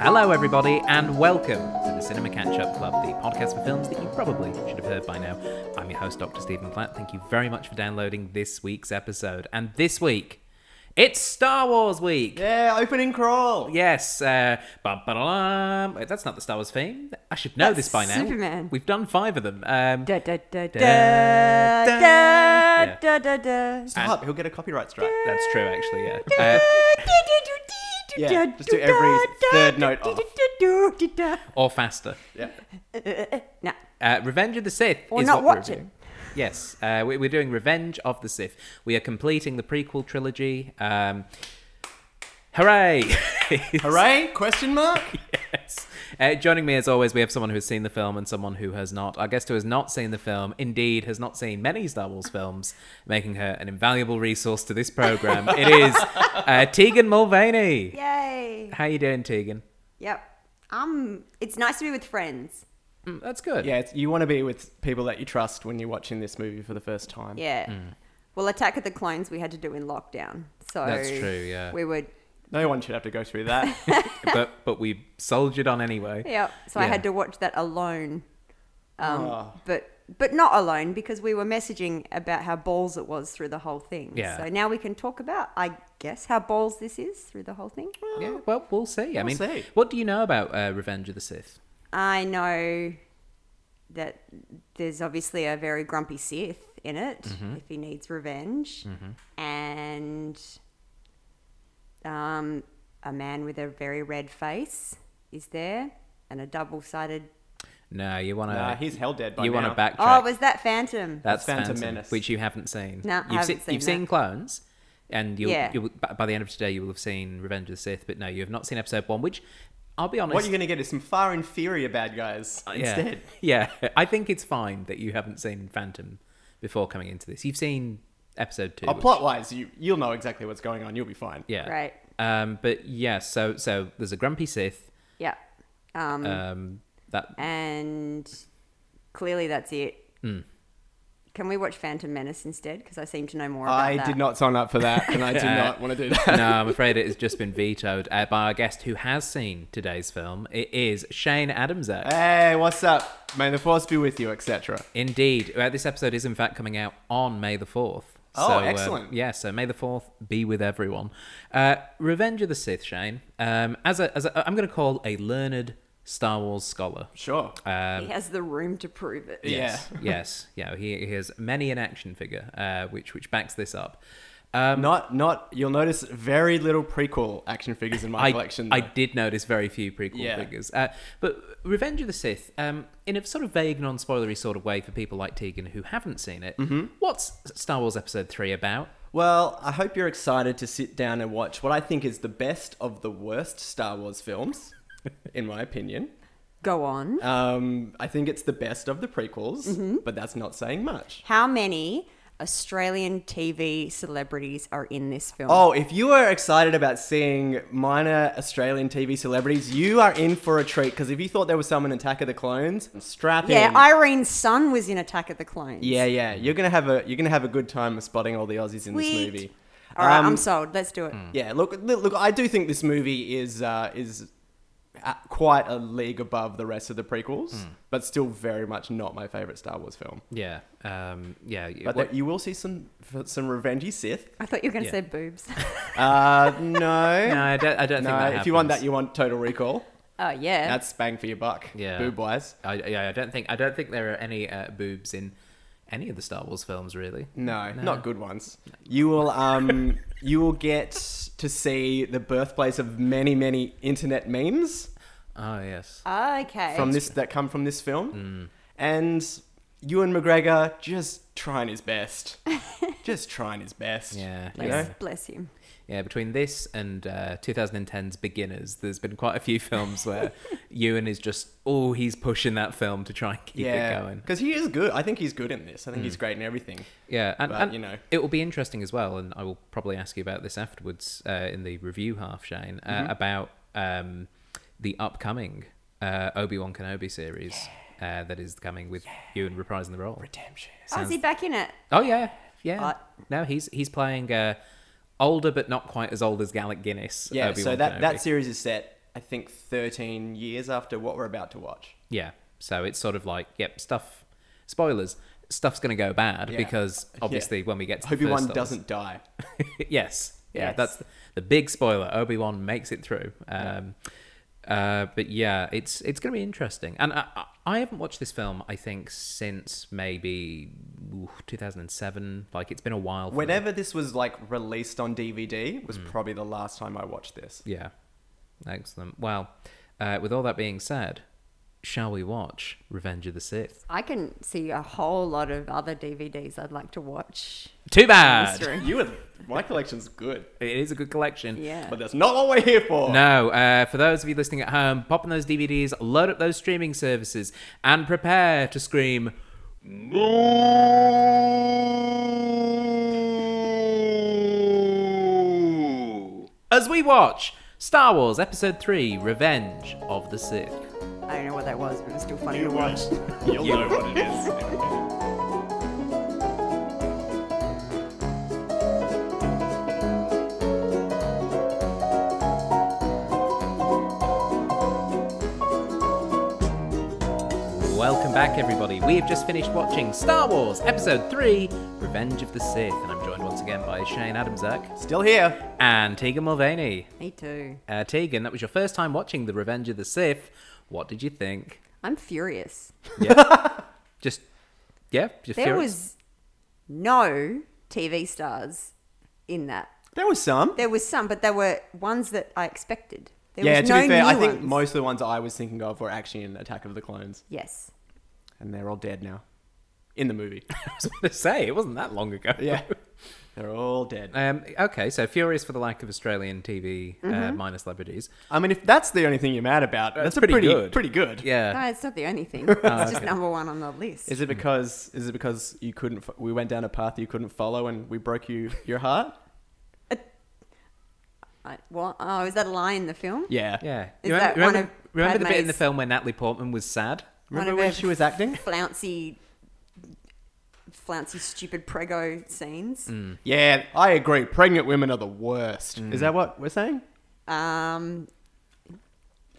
Hello, everybody, and welcome to the Cinema Catch Up Club, the podcast for films that you probably should have heard by now. I'm your host, Dr. Stephen Platt. Thank you very much for downloading this week's episode. And this week, it's Star Wars week. Yeah, opening crawl. Yes, uh, bum, ba-da-lam. Wait, that's not the Star Wars theme. I should know this by now. Superman. We've done five of them. Um, Da da da da da, da yeah. da da da. Stop. He'll get a copyright strike. that's true, actually. Yeah. Uh, Yeah, just do every third note off. Uh, or faster. Yeah. Nah, Uh, Revenge of the Sith Or is not what watch we're it. reviewing. Yes, uh, we- we're doing Revenge of the Sith. We are completing the prequel trilogy. Um, hooray! Hooray? Question mark? yes. Uh, joining me as always, we have someone who has seen the film and someone who has not. Our guest who has not seen the film, indeed, has not seen many Star Wars films, making her an invaluable resource to this program. it is uh, Tegan Mulvaney. yay! How you doing, Tegan? Yep. Um, it's nice to be with friends. Mm, That's good. Yeah, it's, you want to be with people that you trust when you're watching this movie for the first time. Yeah. Well, Attack of the Clones we had to do in lockdown, so That's true, yeah. we were. No one should have to go through that. but but we soldiered on anyway. Yep. So I Yeah. had to watch that alone. Um, Oh. but but not alone because we were messaging about how balls it was through the whole thing. Yeah. So now we can talk about, I guess, how balls this is through the whole thing. Yeah, well, we'll see. I mean, see. what do you know about uh, Revenge of the Sith? I know that there's obviously a very grumpy Sith in it Mm-hmm. if he needs revenge, and um, a man with a very red face is there, and a double-sided. No, you want to. nah, Uh, he's hell dead by you now. want to backtrack. Oh, was that Phantom? That's Phantom Phantom, Menace. which you haven't seen. No, I you've haven't seen, seen you've that. seen Clones, and you'll, Yeah. you'll by by the end of today you will have seen Revenge of the Sith. But no, you have not seen Episode One, which I'll be honest. What you're going to get is some far inferior bad guys Uh, yeah, instead. yeah, I think it's fine that you haven't seen Phantom before coming into this. You've seen Episode Two. Oh, which- plot wise, you, you'll know exactly what's going on. You'll be fine. Yeah. Right. Um, but yeah, so so there's a grumpy Sith. Yeah. Um, Um, that and clearly that's it. Hmm. Can we watch Phantom Menace instead? Because I seem to know more about I that. did not sign up for that, and I do Yeah. not want to do that. no, I'm afraid it has just been vetoed uh, by our guest who has seen today's film. It is Shane Adamsak. Hey, what's up? May the force be with you, etc. Indeed. Uh, this episode is, in fact, coming out on May the 4th. Oh, So, uh, excellent. yeah, so May the 4th be with everyone. Uh, Revenge of the Sith, Shane. Um, as a, as a, I'm going to call a learned Star Wars scholar. Sure. Um, He has the room to prove it. Um, Yeah. Yes, yes. Yeah, he, he has many an action figure, uh, which, which backs this up. Um, Not, not. You'll notice very little prequel action figures in my I, collection. I though. did notice very few prequel Yeah. figures. Uh, but Revenge of the Sith, um, in a sort of vague, non spoilery sort of way for people like Tegan who haven't seen it, Mm-hmm. what's Star Wars Episode 3 about? Well, I hope you're excited to sit down and watch what I think is the best of the worst Star Wars films, in my opinion. Go on. Um, I think it's the best of the prequels, but that's not saying much. How many Australian TV celebrities are in this film? Oh, if you are excited about seeing minor Australian TV celebrities, you are in for a treat. Because if you thought there was some in Attack of the Clones, strap yeah, in. Irene's son was in Attack of the Clones. yeah, yeah. You're gonna have a you're gonna have a good time spotting all the Aussies in this Sweet. movie. All right, Um, I'm sold. Let's do it. Yeah, look, li- look. I do think this movie is uh, is uh, quite a league above the rest of the prequels, Hmm. but still very much not my favorite Star Wars film. Yeah. Um, yeah. But what- that you will see some f- some revengey Sith. I thought you were going Yeah. to say boobs. Uh, no, no, I don't, I don't no. think that if you want that, happens. you want Total Recall. oh, yeah. That's bang for your buck. Yeah. boob wise. I, yeah, I don't think I don't think there are any uh, boobs in any of the Star Wars films, really. No, not good ones. You will um you will get to see the birthplace of many many internet memes. Oh yes. okay. from this that come from this film. Mm. And Ewan McGregor just trying his best, just trying his best. Yeah. you Bless, know? bless him. Yeah, between this and uh, 2010's Beginners, there's been quite a few films where Ewan is just, oh, he's pushing that film to try and keep it yeah, going. because he is good. I think he's good in this. I think he's great in everything. Yeah, and, But, and you know. it will be interesting as well, and I will probably ask you about this afterwards uh, in the review half, Shane, uh, Mm-hmm. about um, the upcoming uh, Obi Wan Kenobi series uh, that is coming with Ewan reprising the role. Redemption. Oh, is he back in it? Oh yeah, yeah. Uh, no, he's he's playing uh, older, but not quite as old as Gallic Guinness. Yeah, so Obi-Wan that that Kenobi. series is set I think, 13 years after what we're about to watch. Yeah. So it's sort of like, yep, stuff. Spoilers. Stuff's going to go bad Yeah. because obviously when we get to the Obi Wan first Star Wars- doesn't die. yes. Yeah, Yes. that's the, the big spoiler. Obi Wan makes it through. Um, uh, but yeah, it's it's going to be interesting. And I, I- I haven't watched this film, I think, since maybe oof, 2007. Like, it's been a while. for me. e- Whenever this was like released on DVD Mm. was probably the last time I watched this. Yeah. Excellent. Well, uh, with all that being said, shall we watch Revenge of the Sith? I can see a whole lot of other DVDs I'd like to watch. Too bad. Mystery. You would. My collection's good, It is a good collection. Yeah. but that's not what we're here for. No, uh, for those of you listening at home, pop in those DVDs, load up those streaming services, and prepare to scream. As we watch Star Wars Episode 3 Revenge of the Sith. I don't know what that was, but it was still funny. You to watch, you'll know what it is. Welcome back, everybody. We have just finished watching Star Wars Episode 3 Revenge of the Sith, and I'm joined once again by Shane Adamsack Still here. and Tegan Mulvaney. Me too. Uh, Tegan, that was your first time watching The Revenge of the Sith. What did you think? I'm furious. Just, yeah, just There curious. was no TV stars in that. There was some. There was some, but there were ones that I expected. There yeah, was to no be fair, I new think ones. most of the ones I was thinking of were actually in Attack of the Clones, Yes. and they're all dead now. In the movie. I was going to say it wasn't that long ago. Yeah. they're all dead. Um, okay, so furious for the lack of Australian TV Mm-hmm. uh, minus celebrities. I mean, if that's the only thing you're mad about, that's, a pretty pretty, good. Pretty good. Yeah, No, it's not the only thing. It's just number one on the list. Oh, Is it because is it because you couldn't fo- we went down a path you couldn't follow and we broke you your heart? I, what? Oh, is that a lie in the film? Yeah. yeah. Is You remember, that one remember, of remember the bit in Padme's- the film where Natalie Portman was sad? Remember One of when her she was acting? Flouncy, flouncy, stupid prego scenes. Mm. Yeah, I agree. Pregnant women are the worst. Is that what we're saying? Um,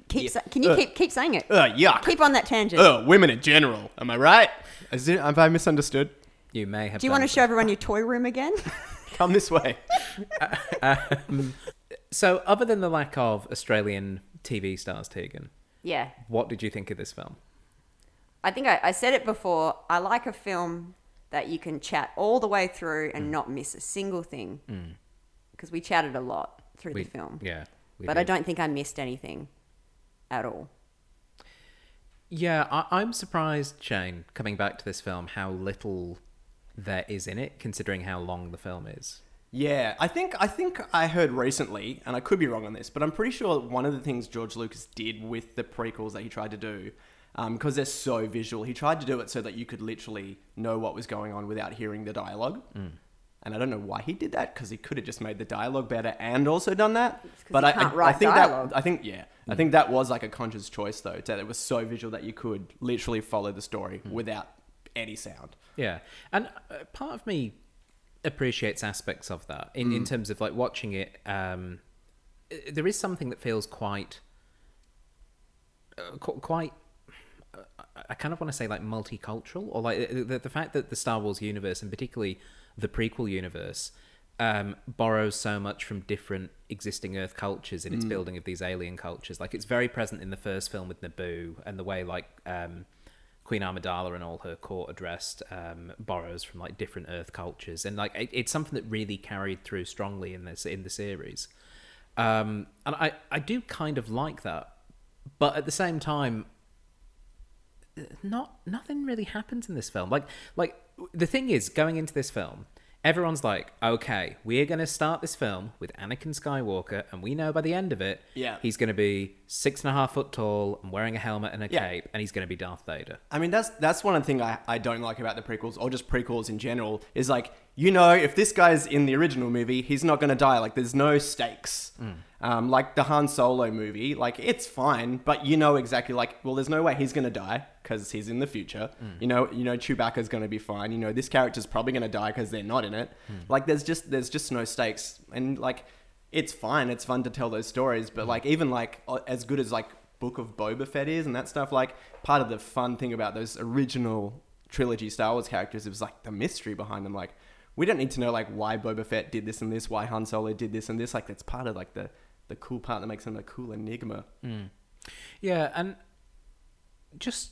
keep Yeah. Uh. sa- can you Ugh. keep keep saying it? Ugh, yuck. Keep on that tangent. Ugh, women in general. Am I right? Is it, have I misunderstood? You may have. Do you want to done. show everyone your toy room again? Come this way. So, other than the lack of Australian TV stars, Tegan, yeah, what did you think of this film? I think I, I said it before. I like a film that you can chat all the way through Mm. and not miss a single thing because we chatted a lot through We- the film. Yeah, we but I did. don't think I missed anything at all. Yeah, I- I'm surprised, Shane, coming back to this film, how little there is in it, considering how long the film is. Yeah, I think I think I heard recently, and I could be wrong on this, but I'm pretty sure one of the things George Lucas did with the prequels that he tried to do, because they're so visual, he tried to do it so that you could literally know what was going on without hearing the dialogue. And I don't know why he did that because he could have just made the dialogue better and also done that. 'cause But you I, can't I, I write think dialogue. that I think yeah, I think that was like a conscious choice though, that it was so visual that you could literally follow the story without any sound. Yeah, and uh, part of me appreciates aspects of that in, in terms of like watching it. Um, uh, there is something that feels quite, uh, qu- quite. uh, I- I kind of want to say like multicultural, or like the, the, the fact that the Star Wars universe, and particularly the prequel universe, um, borrows so much from different existing Earth cultures in its building of these alien cultures. Like it's very present in the first film with Naboo and the way like um, Queen Amidala and all her court addressed um, borrows from like different Earth cultures, and like it, it's something that really carried through strongly in this in the series. Um, and I I do kind of like that, but at the same time, not nothing really happens in this film. Like like the thing is, going into this film, everyone's like, okay, we're going to start this film with Anakin Skywalker, and we know by the end of it, Yeah. he's going to be six and a half foot tall and wearing a helmet and a Yeah. cape, and he's going to be Darth Vader. I mean, that's that's one thing I, I don't like about the prequels, or just prequels in general, is like, you know, if this guy's in the original movie, he's not going to die. Like, there's no stakes. Um, like the Han Solo movie, like, it's fine, but you know exactly, like, well, there's no way he's going to die because he's in the future. You know, you know, Chewbacca's going to be fine. You know, this character's probably going to die because they're not in it. Like, there's just there's just no stakes. And, like, it's fine. It's fun to tell those stories, but like even like uh, as good as like Book of Boba Fett is and that stuff, like part of the fun thing about those original trilogy Star Wars characters it was like the mystery behind them. Like we don't need to know like why Boba Fett did this and this, why Han Solo did this and this. Like that's part of like the the cool part that makes them a cool enigma. Yeah, and just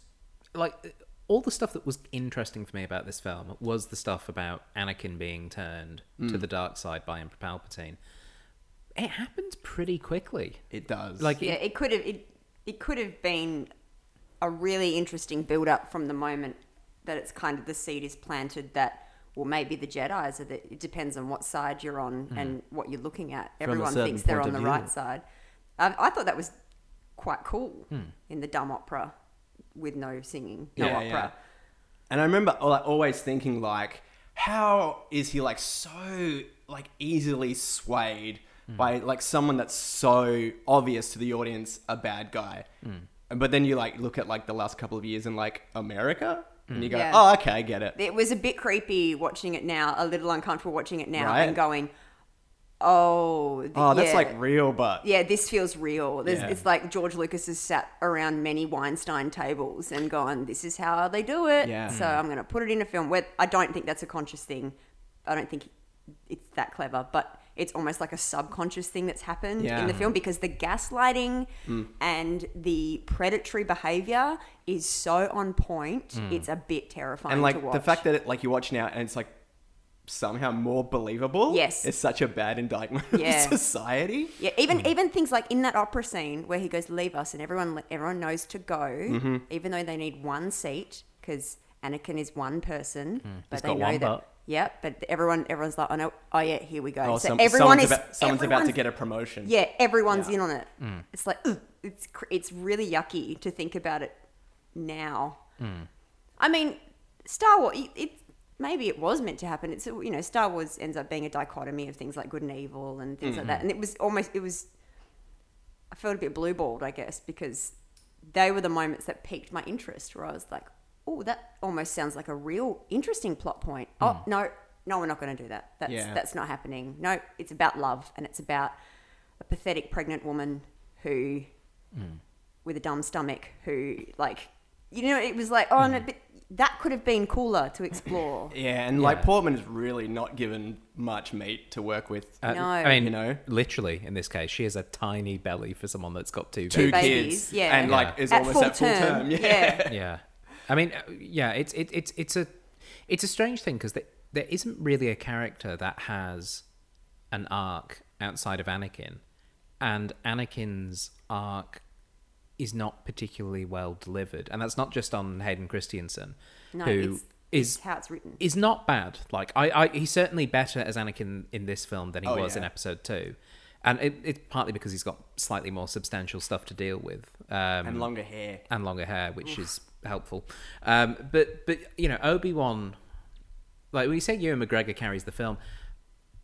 like all the stuff that was interesting for me about this film was the stuff about Anakin being turned Hmm. to the dark side by Emperor Palpatine. It happens pretty quickly. It does. Like Yeah, it could have it, it could have been a really interesting build up from the moment that it's kind of the seed is planted that well maybe the Jedi's are the it depends on what side you're on and what you're looking at. Hmm. a Everyone certain thinks they're point on of view. the right side. Um, I thought that was quite cool in the dumb opera with no singing, no Hmm. Yeah, yeah. opera. And I remember al- like, always thinking like, how is he like so like easily swayed Hmm. by like someone that's so obvious to the audience a bad guy? Hmm. And But then you like look at like the last couple of years in like America, and you go, Hmm. Yeah. oh okay, I get it. It was a bit creepy watching it now, a little uncomfortable watching it now Right. and going, "Oh, th- Oh, that's yeah. like real, but yeah, this feels real. There's, Yeah. It's like George Lucas has sat around many Weinstein tables and gone, this is how they do it. Yeah. Mm. So I'm going to put it in a film where I don't think that's a conscious thing. I don't think it's that clever, but it's almost like a subconscious thing that's happened in Yeah. Mm. the film because the gaslighting and the predatory behavior is so on point. It's a bit terrifying Mm. and to like watch. the fact that it, like you watch now and it's like somehow more believable. Yes. it's such a bad indictment Yeah. of society. Yeah, Mm. even even things like in that opera scene where he goes, "Leave us," and everyone everyone knows to go, Mm-hmm. even though they need one seat because Anakin is one person, Mm, but He's they got know one that. butt. Yeah, but everyone everyone's like, "Oh no, oh yeah, here we go." Oh, so some- everyone someone's is about, someone's about to everyone's- get a promotion. Yeah, everyone's Yeah. Mm. in on it. It's like ugh, it's cr- it's really yucky to think about it now. I mean, Star Wars. It, it maybe it was meant to happen. It's you know, Star Wars ends up being a dichotomy of things like good and evil and things like that. And it was almost it was. I felt a bit blue balled, I guess, because they were the moments that piqued my interest, where I was like, "Oh, that almost sounds like a real interesting plot point." Oh no, no, we're not going to do that. That's Yeah. that's not happening. No, it's about love, and it's about a pathetic pregnant woman who with a dumb stomach who like you know it was like oh Mm. no but that could have been cooler to explore Yeah, and Yeah. like Portman is really not given much meat to work with. Uh, No. I mean, You know? literally in this case, she has a tiny belly for someone that's got two. two babies. babies, kids, yeah. and like Yeah. is almost at full term. Yeah. yeah, I mean, uh, yeah, it's it, it's it's a it's a strange thing because there, there isn't really a character that has an arc outside of Anakin, and Anakin's arc is not particularly well delivered, and that's not just on Hayden Christensen, No, who it's- is it's how it's written. is not bad. Like I, I he's certainly better as Anakin in this film than he Oh, was in yeah. Episode Two. And it, it's partly because he's got slightly more substantial stuff to deal with. Um, and longer hair. and longer hair, which is helpful. Um, but but you know Obi Wan, like when you say Ewan McGregor carries the film,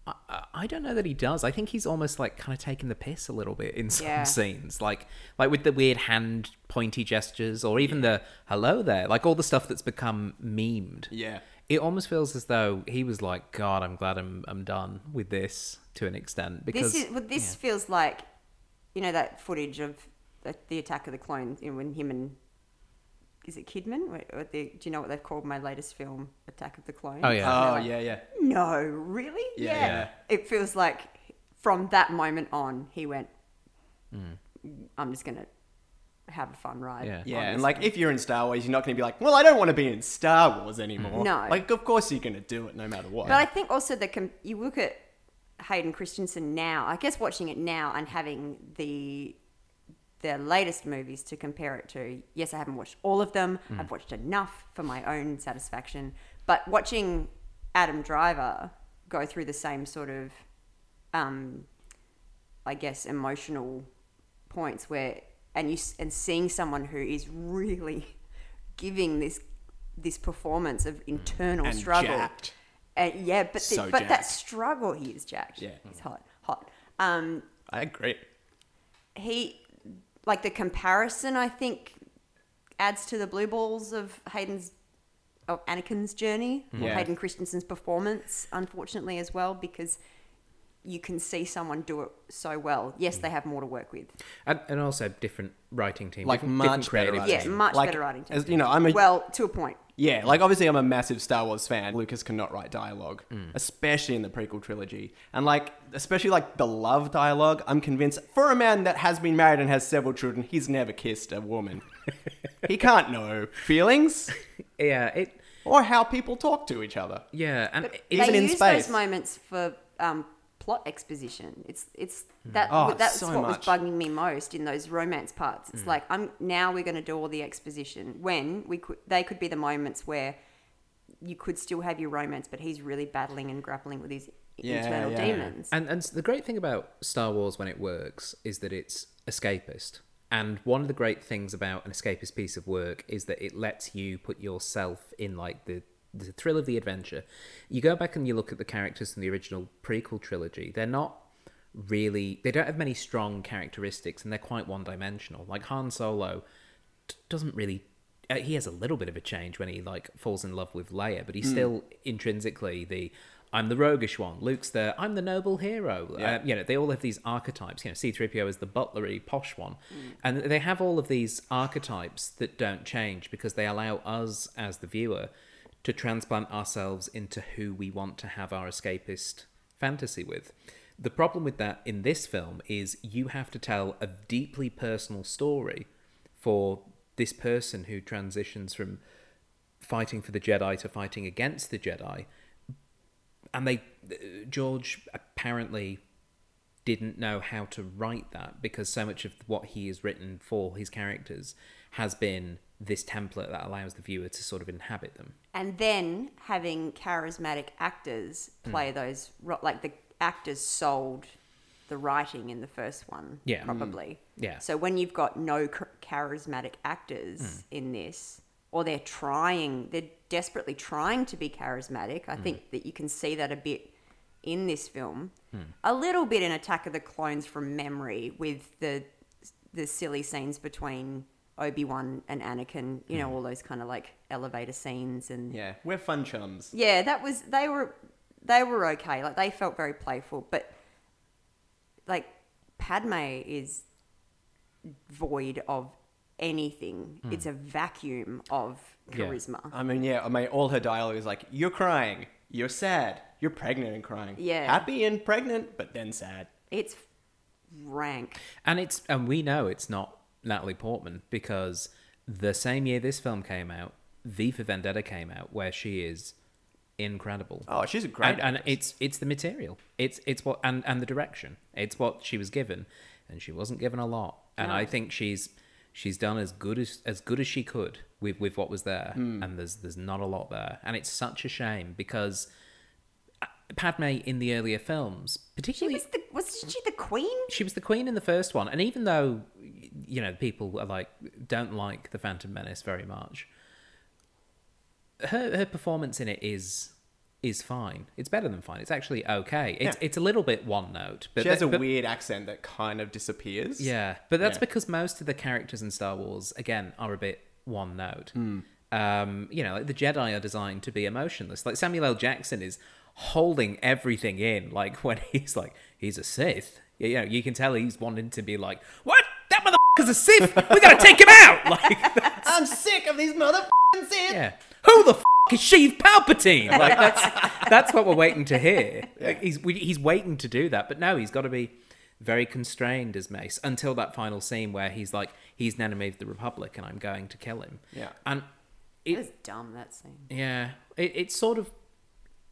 I, I- I don't know that he does. I think he's almost like kind of taking the piss a little bit in some Yeah. scenes, like like with the weird hand pointy gestures, or even the hello there, like all the stuff that's become memed. Yeah. It almost feels as though he was like, God, I'm glad I'm I'm done with this to an extent because this is well, this feels like you know that footage of the, the attack of the clones you know, when him and is it Kidman? Wait, or the, do you know what they've called my latest film, Attack of the Clones? Oh, yeah. Oh They're like, yeah, yeah. No, really? Yeah. Yeah. It feels like from that moment on, he went, I'm just going to have a fun ride. Yeah. on Hmm. Yeah, and this like if you're in Star Wars, you're not going to be like, well, I don't want to be in Star Wars anymore. No. like of course you're going to do it no matter what. But I think also the com- you look at Hayden Christensen now. I guess watching it now and having the the latest movies to compare it to. Yes, I haven't watched all of them. Hmm. I've watched enough for my own satisfaction. But watching Adam Driver go through the same sort of, um, I guess, emotional points where and you s- and seeing someone who is really giving this this performance of internal And struggle jacked. uh, yeah, but the, So but that jacked. struggle he is jacked. Yeah. he's hot, hot. Um, I agree. he like the comparison I think adds to the blue balls of Hayden's of Anakin's journey, or Yeah. Hayden Christensen's performance, unfortunately as well, because you can see someone do it so well. Mm. Yes, they have more to work with. and, and also different writing team, Like different, much different better creative writing. Yeah, team. much Like, better writing team. As, you know, I'm a Well, to a point. yeah, like obviously I'm a massive Star Wars fan. Lucas cannot write dialogue, especially in the prequel trilogy, and like especially like the love dialogue. I'm convinced for a man that has been married and has several children, he's never kissed a woman. he can't know feelings Yeah, it. or how people talk to each other. Yeah, and it, Even they in use space. those moments for um, plot exposition. It's it's that Oh, that's so what much. Mm. was bugging me most in those romance parts. It's like I'm now we're going to do all the exposition when we could they could be the moments where you could still have your romance, but he's really battling and grappling with his Yeah, internal yeah. demons. and and the great thing about Star Wars when it works is that it's escapist. And one of the great things about an escapist piece of work is that it lets you put yourself in like the the thrill of the adventure. You go back and you look at the characters from the original prequel trilogy. They're not really they don't have many strong characteristics and they're quite one-dimensional. Like Han Solo t- doesn't really uh, he has a little bit of a change when he like falls in love with Leia, but he's still intrinsically the I'm the roguish one. Luke's the I'm the noble hero. Yeah. Uh, you know, they all have these archetypes. You know, C3PO is the butlery posh one. And they have all of these archetypes that don't change because they allow us as the viewer to transplant ourselves into who we want to have our escapist fantasy with. The problem with that in this film is you have to tell a deeply personal story for this person who transitions from fighting for the Jedi to fighting against the Jedi. And they, George apparently didn't know how to write that because so much of what he has written for his characters has been this template that allows the viewer to sort of inhabit them. and then having charismatic actors Mm. play those ro- like the actors sold the writing in the first one Yeah. Mm. probably Yeah. so when you've got no ch- charismatic actors in this or they're trying they're desperately trying to be charismatic i think that you can see that a bit in this film a little bit in attack of the clones from memory with the the silly scenes between obi-wan and anakin you know all those kind of like elevator scenes and Yeah, we're fun chums. yeah, that was they were they were okay. Like they felt very playful, but like Padme is void of anything. It's a vacuum of Hmm. Yeah. charisma. I mean, yeah, I mean, all her dialogue is like, you're crying, you're sad, you're pregnant and crying. Yeah. Happy and pregnant, but then sad. It's rank. And it's and we know it's not Natalie Portman because the same year this film came out, V for Vendetta came out, where she is incredible. Oh, she's a great and, and it's it's the material. It's it's what and and the direction. It's what she was given, and she wasn't given a lot. And I think she's she's done as good as as good as she could with with what was there. And there's there's not a lot there, and it's such a shame because uh, Padme in the earlier films, She particularly was the wasn't she the queen? she was the queen in the first one, and even though you know people are like don't like the Phantom Menace very much, her her performance in it is is fine. It's better than fine. It's actually okay. It's Yeah. it's a little bit one note, but she has a but- weird accent that kind of disappears. yeah, but that's Yeah. because most of the characters in Star Wars, again, are a bit one note. Um, you know, like the Jedi are designed to be emotionless. Like Samuel L. Jackson is holding everything in. Like when he's like, he's a Sith. You know, you can tell he's wanting to be like, what? That motherfucker's a Sith. We gotta take him out. Like, that's, I'm sick of these motherfucking sins. yeah. Who the f- is Sheev Palpatine? Like that's that's what we're waiting to hear. Like, he's we, he's waiting to do that, but no, he's got to be very constrained as Mace until that final scene where he's like, he's an enemy of the Republic, and I'm going to kill him. Yeah. and It it was dumb that scene. yeah, it, it's sort of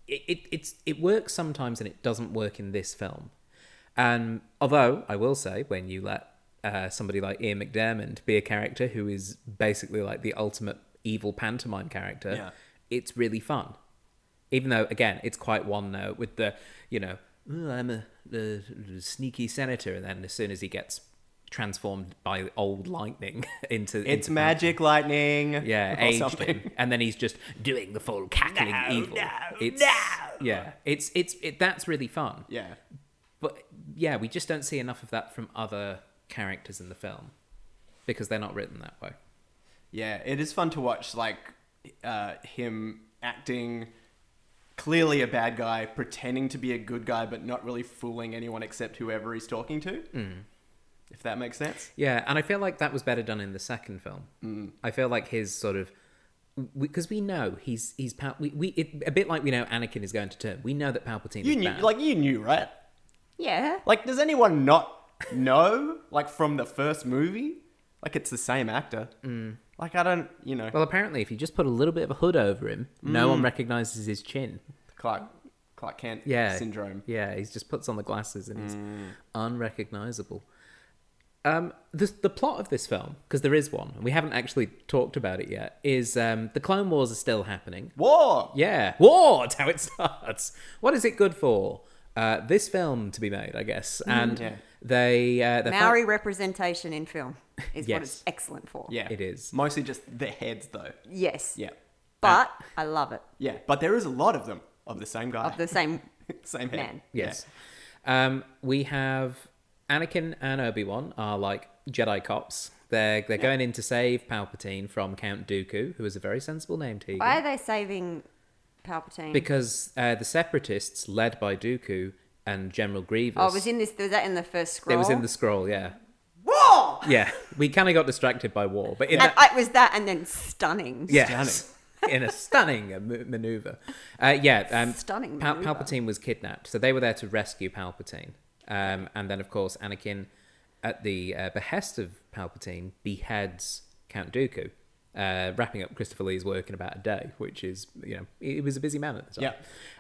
it, it it's it works sometimes and it doesn't work in this film. Um, although I will say, when you let uh, somebody like Ian McDermott be a character who is basically like the ultimate evil pantomime character, Yeah. it's really fun. Even though, again, it's quite one note with the you know "Ooh, I'm a the sneaky senator, and then as soon as he gets transformed by old lightning into It's into magic lightning. yeah, or aged something. him, and then he's just doing the full cackling evil. it's, Yeah, it's it's it, that's really fun. Yeah. But yeah, we just don't see enough of that from other characters in the film because they're not written that way. Yeah, it is fun to watch like uh, him acting, clearly a bad guy pretending to be a good guy, but not really fooling anyone except whoever he's talking to. If that makes sense. Yeah, and I feel like that was better done in the second film. Mm. I feel like his sort of because we, know he's he's Pal- we, we it, a bit like we know Anakin is going to turn. We know that Palpatine You is knew, bad. like you knew, right? Yeah. Like, does anyone not know? Like from the first movie, like it's the same actor. Like I don't, you know, well, apparently, if you just put a little bit of a hood over him, no Mm. one recognizes his chin. Clark Clark Kent Yeah, syndrome. Mm. Yeah, he just puts on the glasses and he's unrecognizable. Um, the the plot of this film, because there is one, and we haven't actually talked about it yet, is um, the Clone Wars are still happening. War. Yeah. War, that's how it starts. What is it good for? Uh, this film to be made, I guess. And Mm, Yeah. they. Uh, the fact- Maori representation in film is Yes. what it's excellent for. Yeah, It is. mostly just the heads, though. Yes. Yeah, But I love it. yeah, but there is a lot of them of the same guy, Of the same same head. man. Yes. Um, we have Anakin and Obi Wan are like Jedi cops. They're they're going in to save Palpatine from Count Dooku, who is a very sensible name to you. Why are they saving Palpatine? Because uh, the Separatists, led by Dooku and General Grievous, oh, was in this. Was that in the first scroll? it was in the scroll. Yeah, war. yeah. We kind of got distracted by war, but in And that, I, it was that, and then stunning. Yes. in a stunning m- maneuver. Uh, yeah, um, Stunning Pal- maneuver. Palpatine was kidnapped, so they were there to rescue Palpatine, um, and then of course Anakin, at the uh, behest of Palpatine, beheads Count Dooku. Uh, wrapping up Christopher Lee's work in about a day, which is, you know, he he was a busy man at the time.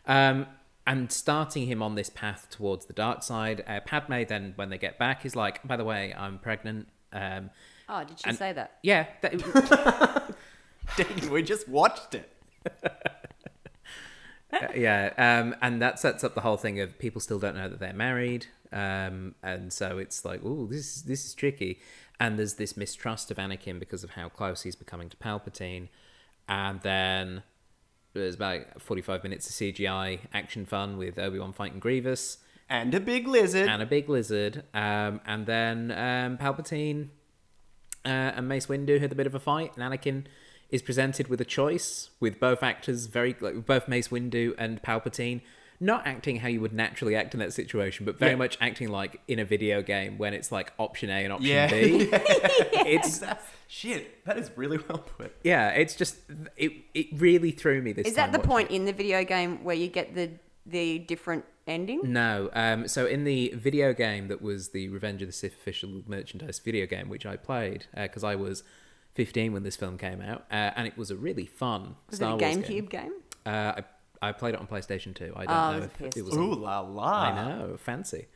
Yeah. Um, and starting him on this path towards the dark side, uh, Padme then, when they get back, is like, by the way, I'm pregnant. Um, Oh, did she And- say that? yeah, that, Dang, we just watched it. yeah um, and that sets up the whole thing of people still don't know that they're married um, and so it's like oh this is this is tricky and there's this mistrust of anakin because of how close he's becoming to palpatine and then there's about 45 minutes of cgi action fun with obi-wan fighting grievous And a big lizard. and a big lizard um, and then um, palpatine uh, and mace windu had a bit of a fight and anakin is presented with a choice with both actors very like both mace windu and palpatine not acting how you would naturally act in that situation but very Yeah. much acting like in a video game when it's like option a and option Yeah. b it's That's- shit, that is really well put. yeah it's just it it really threw me this Is time that the watching point it. in the video game where you get the the different ending? No. Um, so in the video game that was the Revenge of the Sith official merchandise video game, which I played because I was 15 when this film came out, uh, and it was a really fun Was Star it a Wars GameCube game. game? Uh, I, I played it on PlayStation 2. I don't Oh, it know was if a it was. Ooh ah. On, la la. I know, fancy.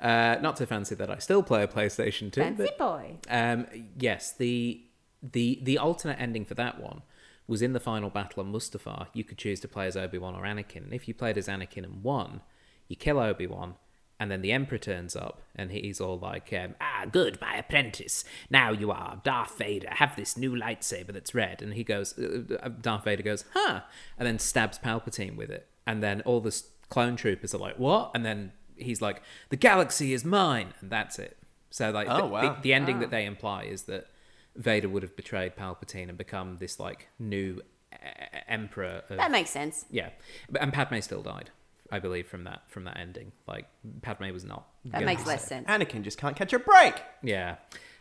Uh, not so fancy that I still play a PlayStation 2. Fancy but- boy. um, yes, the the the alternate ending for that one was in the final battle on Mustafar. You could choose to play as Obi Wan or Anakin. And if you played as Anakin and won, you kill Obi Wan, and then the Emperor turns up, and he's all like, um, "Ah, good, my apprentice. Now you are Darth Vader. Have this new lightsaber that's red." And he goes, uh, uh, Darth Vader goes, "Huh," and then stabs Palpatine with it. And then all the s- clone troopers are like, "What?" And then he's like, "The galaxy is mine," and that's it. So like, Oh, the- wow. the, the ending that they imply is that Vader would have betrayed Palpatine and become this like new e- e- emperor. Of, That makes sense. yeah, But- and Padme still died, I believe, from that from that ending. Like Padme was not. That gonna makes be less saved. sense. Anakin just can't catch a break. Yeah,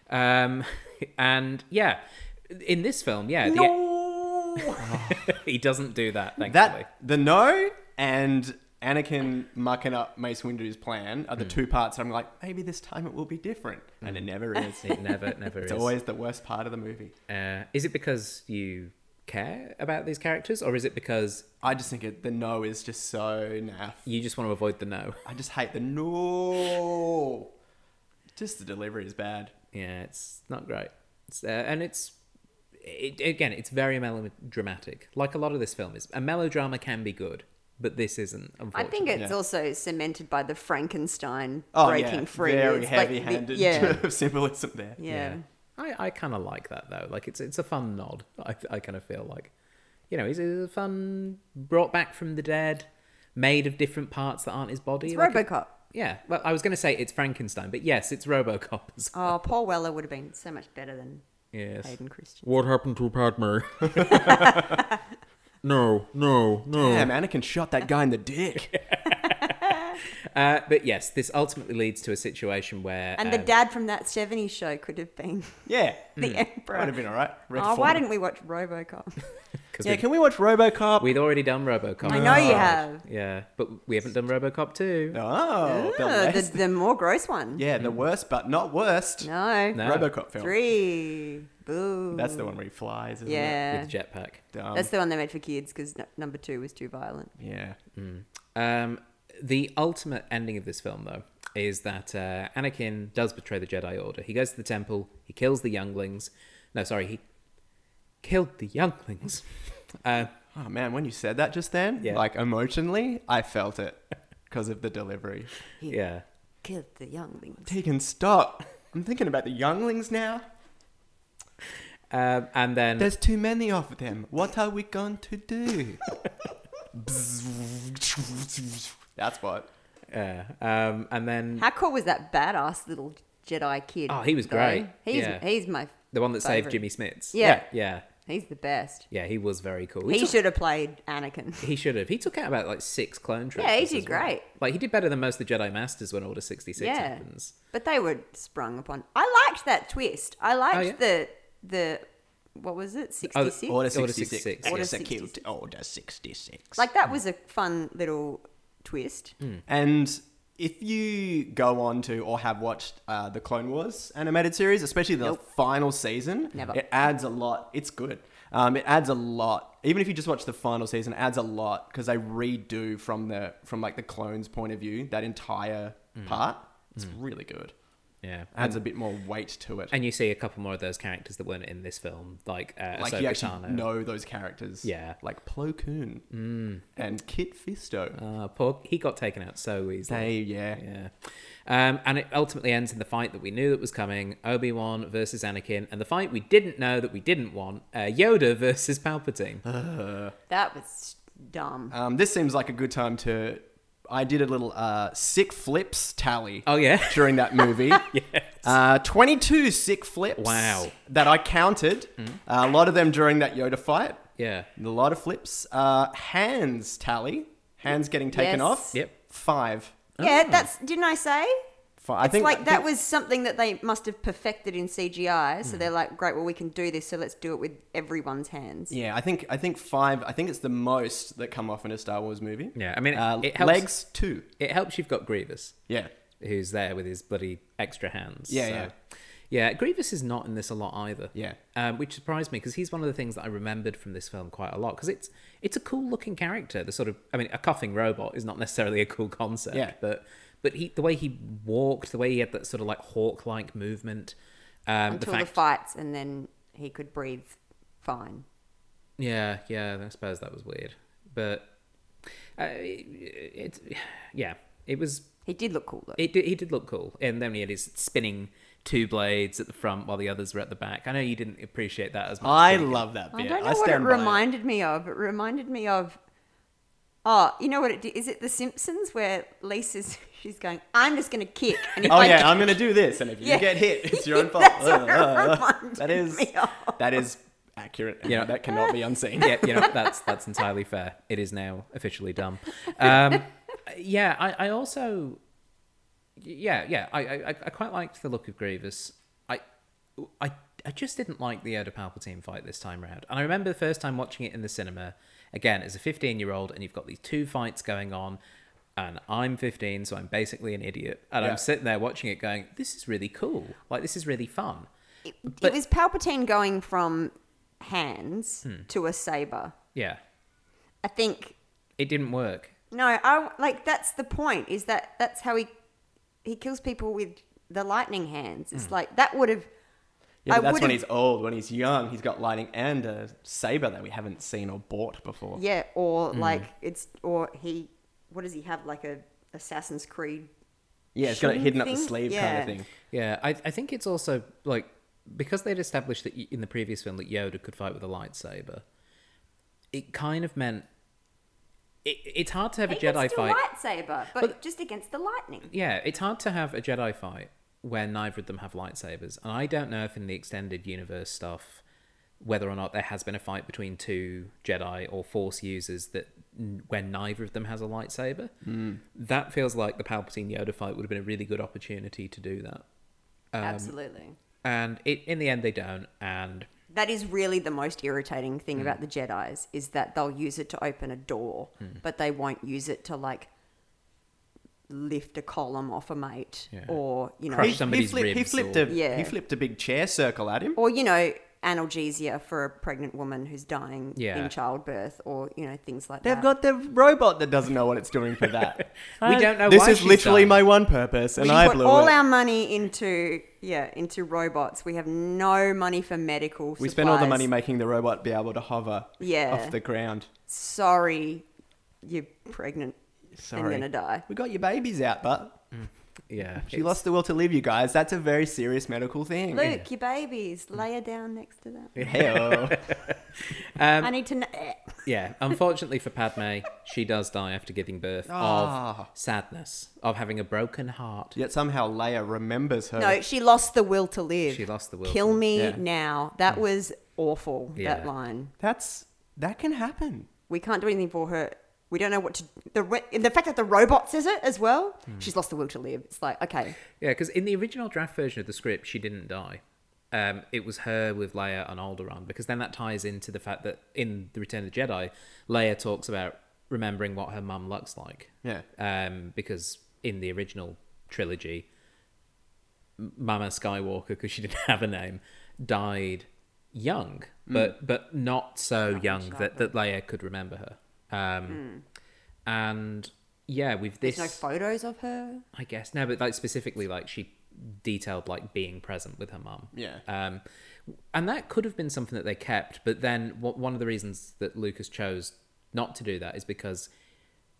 um, and yeah, in this film, yeah, the- No. he doesn't do that. Thankfully, that the no and Anakin mucking up Mace Windu's plan are the Hmm. two parts. that I'm like, maybe this time it will be different, and it never is. it never never It's is. always the worst part of the movie. Uh, is it because you care about these characters, or is it because I just think it, the no is just so naff. you just want to avoid the no? I just hate the no. Just the delivery is bad. Yeah, it's not great. It's, uh, and it's it, again, it's very melodramatic. Like a lot of this film is, a melodrama can be good, but this isn't. I Unfortunately. think it's Yeah. also cemented by the Frankenstein Oh breaking yeah, free. very It's like the- heavy-handed yeah, symbolism there. yeah. I, I kind of like that though. Like it's it's a fun nod. I I kind of feel like, you know, he's a fun brought back from the dead, made of different parts that aren't his body. It's Like, RoboCop. yeah. Well, I was going to say it's Frankenstein, but yes, it's RoboCop. as well. Oh, Paul Weller would have been so much better than yes. Hayden Christian. What happened to Padme? No, no, no. Damn, Anakin shot that guy in the dick. Uh, but yes, this ultimately leads to a situation where And the um, dad from that 70s show could have been Yeah. Hmm. the That would have Emperor. been all right. Red Oh, why Foreman. didn't we watch Robocop? 'cause Yeah, we'd, can we watch RoboCop? we'd already done RoboCop. I know you Oh. have. Yeah, but we haven't done RoboCop 2. oh, the Oh, the, worst. the more gross one. yeah, the worst, but not worst. No. No. RoboCop film. Three. Boo. That's the one where he flies. Isn't Yeah. With jetpack. It? Dumb. That's the one they made for kids because n- number two was too violent. yeah. Um, the ultimate ending of this film, though, is that uh, Anakin does betray the Jedi Order. He goes to the temple, he kills the younglings. No, sorry, he killed the younglings. Uh, Oh man, when you said that just then, Yeah. like emotionally, I felt it because of the delivery. yeah. Killed the younglings. Tegan, stop. I'm thinking about the younglings now. Um, and then There's too many of them. What are we going to do? That's what. Yeah. Um, and then How cool was that badass little Jedi kid? Oh, he was though? great. He's Yeah. he's my the one that saved Favorite. Jimmy Smits. yeah, Yeah. He's the best. Yeah, he was very cool. He took- should have played Anakin. He should have. He took out about like six clone troopers. Yeah, he as did well. great. Like he did better than most of the Jedi Masters when Order sixty six Yeah. happens. But they were sprung upon. I liked that twist. I liked the the what was it? Oh, Sixty the- six. Order 66. 66. Order Execute 66. Order 66. Like that was a fun little twist. Hmm. And if you go on to or have watched uh, the Clone Wars animated series, especially the final season, Never. it adds a lot. It's good. Um, it adds a lot. Even if you just watch the final season, it adds a lot because they redo from the from like the clones' point of view that entire part. It's really good. Yeah. Adds a bit more weight to it. And you see a couple more of those characters that weren't in this film, like uh, like Ahsoka you actually Tano. know those characters. Yeah. Like Plo Koon and Kit Fisto. Uh, poor, he got taken out so easily. they yeah. Yeah. Um, and it ultimately ends in the fight that we knew that was coming Obi Wan versus Anakin, and the fight we didn't know that we didn't want uh, Yoda versus Palpatine. Uh-huh. That was dumb. Um, this seems like a good time to. I did a little uh, sick flips tally oh, yeah. during that movie. uh, 22 sick flips. Wow. Mm. That I counted. Uh, a lot of them during that Yoda fight. Yeah. A lot of flips. Uh, hands tally. Hands getting taken Yes. off. Yep. Five. yeah, that's didn't I say? Five. Oh. I think like that I think- was something that they must have perfected in CGI. So they're like, great, well we can do this, so let's do it with everyone's hands. Yeah, I think I think five. I think it's the most that come off in a Star Wars movie. Yeah, I mean, it- uh, it helps- legs two. It helps you've got Grievous. Yeah, who's there with his bloody extra hands. Yeah, so- yeah. Yeah, Grievous is not in this a lot either. Yeah. um, which surprised me because he's one of the things that I remembered from this film quite a lot because it's it's a cool looking character. The sort of I mean, a coughing robot is not necessarily a cool concept. Yeah. but but he the way he walked, the way he had that sort of like hawk like movement. Um, Until the the, fact, fights, and then he could breathe fine. yeah, yeah, I suppose that was weird, but uh, it, it, yeah, it was He did look cool though. It did, he did look cool, and then he had his spinning two blades at the front while the others were at the back. I know you didn't appreciate that as much. I did you? love that bit. I don't know what it stand by reminded me of. It reminded me of. Oh, you know what it did? Is it The Simpsons where Lisa's she's going, I'm just going to kick. And if Oh I yeah, kick- I'm gonna do this, and if you Yeah. get hit, it's your own fault. That's what it that reminded is me of. that is accurate. Yeah. Yeah, that cannot be unseen. Yeah, you know that's that's entirely fair. It is now officially dumb. Um, yeah, I, I also, yeah, yeah, I, I I quite liked the look of Grievous. I I I just didn't like the Yoda Palpatine fight this time round. And I remember the first time watching it in the cinema again as a 15 year old, and you've got these two fights going on. And I'm 15, so I'm basically an idiot. And Yeah. I'm sitting there watching it going, this is really cool. Like, this is really fun. It, But- it was Palpatine going from hands Hmm. to a saber. Yeah. I think It didn't work. No, I like that's the point. Is that that's how he he kills people with the lightning hands. Hmm. It's like that would have. Yeah, I but that's when would've- he's old. When he's young, he's got lighting and a saber that we haven't seen or bought before. Yeah, or Hmm. like it's or he. What does he have? Like a Assassin's Creed. Yeah, it's got it Shooting hidden up the thing? sleeve Yeah. kind of thing. Yeah, I, I think it's also like because they'd established that y- in the previous film that Yoda could fight with a lightsaber, it kind of meant it, it's hard to have a He Jedi could still fight. lightsaber, but, But- just against the lightning. Yeah, it's hard to have a Jedi fight where neither of them have lightsabers, and I don't know if in the extended universe stuff whether or not there has been a fight between two Jedi or Force users that n- where neither of them has a lightsaber. That feels like the Palpatine Yoda fight would have been a really good opportunity to do that. um, Absolutely. And it, in the end, they don't. And That is really the most irritating Hmm. thing about the Jedi's is that they'll use it to open a door, Hmm. but they won't use it to like lift a column off a mate Yeah. or you know Crush He, he, somebody's flipped, he ribs flipped or- a Yeah. he flipped a big chair circle at him. or you know analgesia for a pregnant woman who's dying Yeah. in childbirth or you know things like They've that. got the robot that doesn't know what it's doing for that. We Uh, don't know This why is she's literally dying. my one purpose, and we I put blew all it. our money into yeah into robots. We have no money for medical. we spent all the supplies. money making the robot be able to hover Yeah. off the ground. Sorry, you're pregnant Sorry, and gonna die. We got your babies out, but yeah, she it's- lost the will to live. You guys, that's a very serious medical thing. Luke, your Mm. babies, lay her down next to that. Hey-o. I need to eh, know. Yeah, unfortunately for Padme, she does die after giving birth Ah. of sadness, of having a broken heart. Yet somehow Leia remembers her. No, she lost the will to live. She lost the will Kill to- me Yeah. Mm. now. That was awful. Yeah. That line. That's that can happen. We can't do anything for her. We don't know what to. The re- the fact that the robot says it as well. Hmm. She's lost the will to live. It's like okay, Yeah, because in the original draft version of the script, she didn't die. Um, it was her with Leia and Alderaan, because then that ties into the fact that in The Return of the Jedi, Leia talks about remembering what her mum looks like. Yeah. Um, because in the original trilogy, M- Mama Skywalker, because she didn't have a name, died young, but but not so young that, that Leia could remember her. Um, And yeah, with this, Hmm. there's no photos of her. I guess no, but like specifically, like she detailed like being present with her mum. Yeah. Um, and that could have been something that they kept, but then wh- one of the reasons that Lucas chose not to do that is because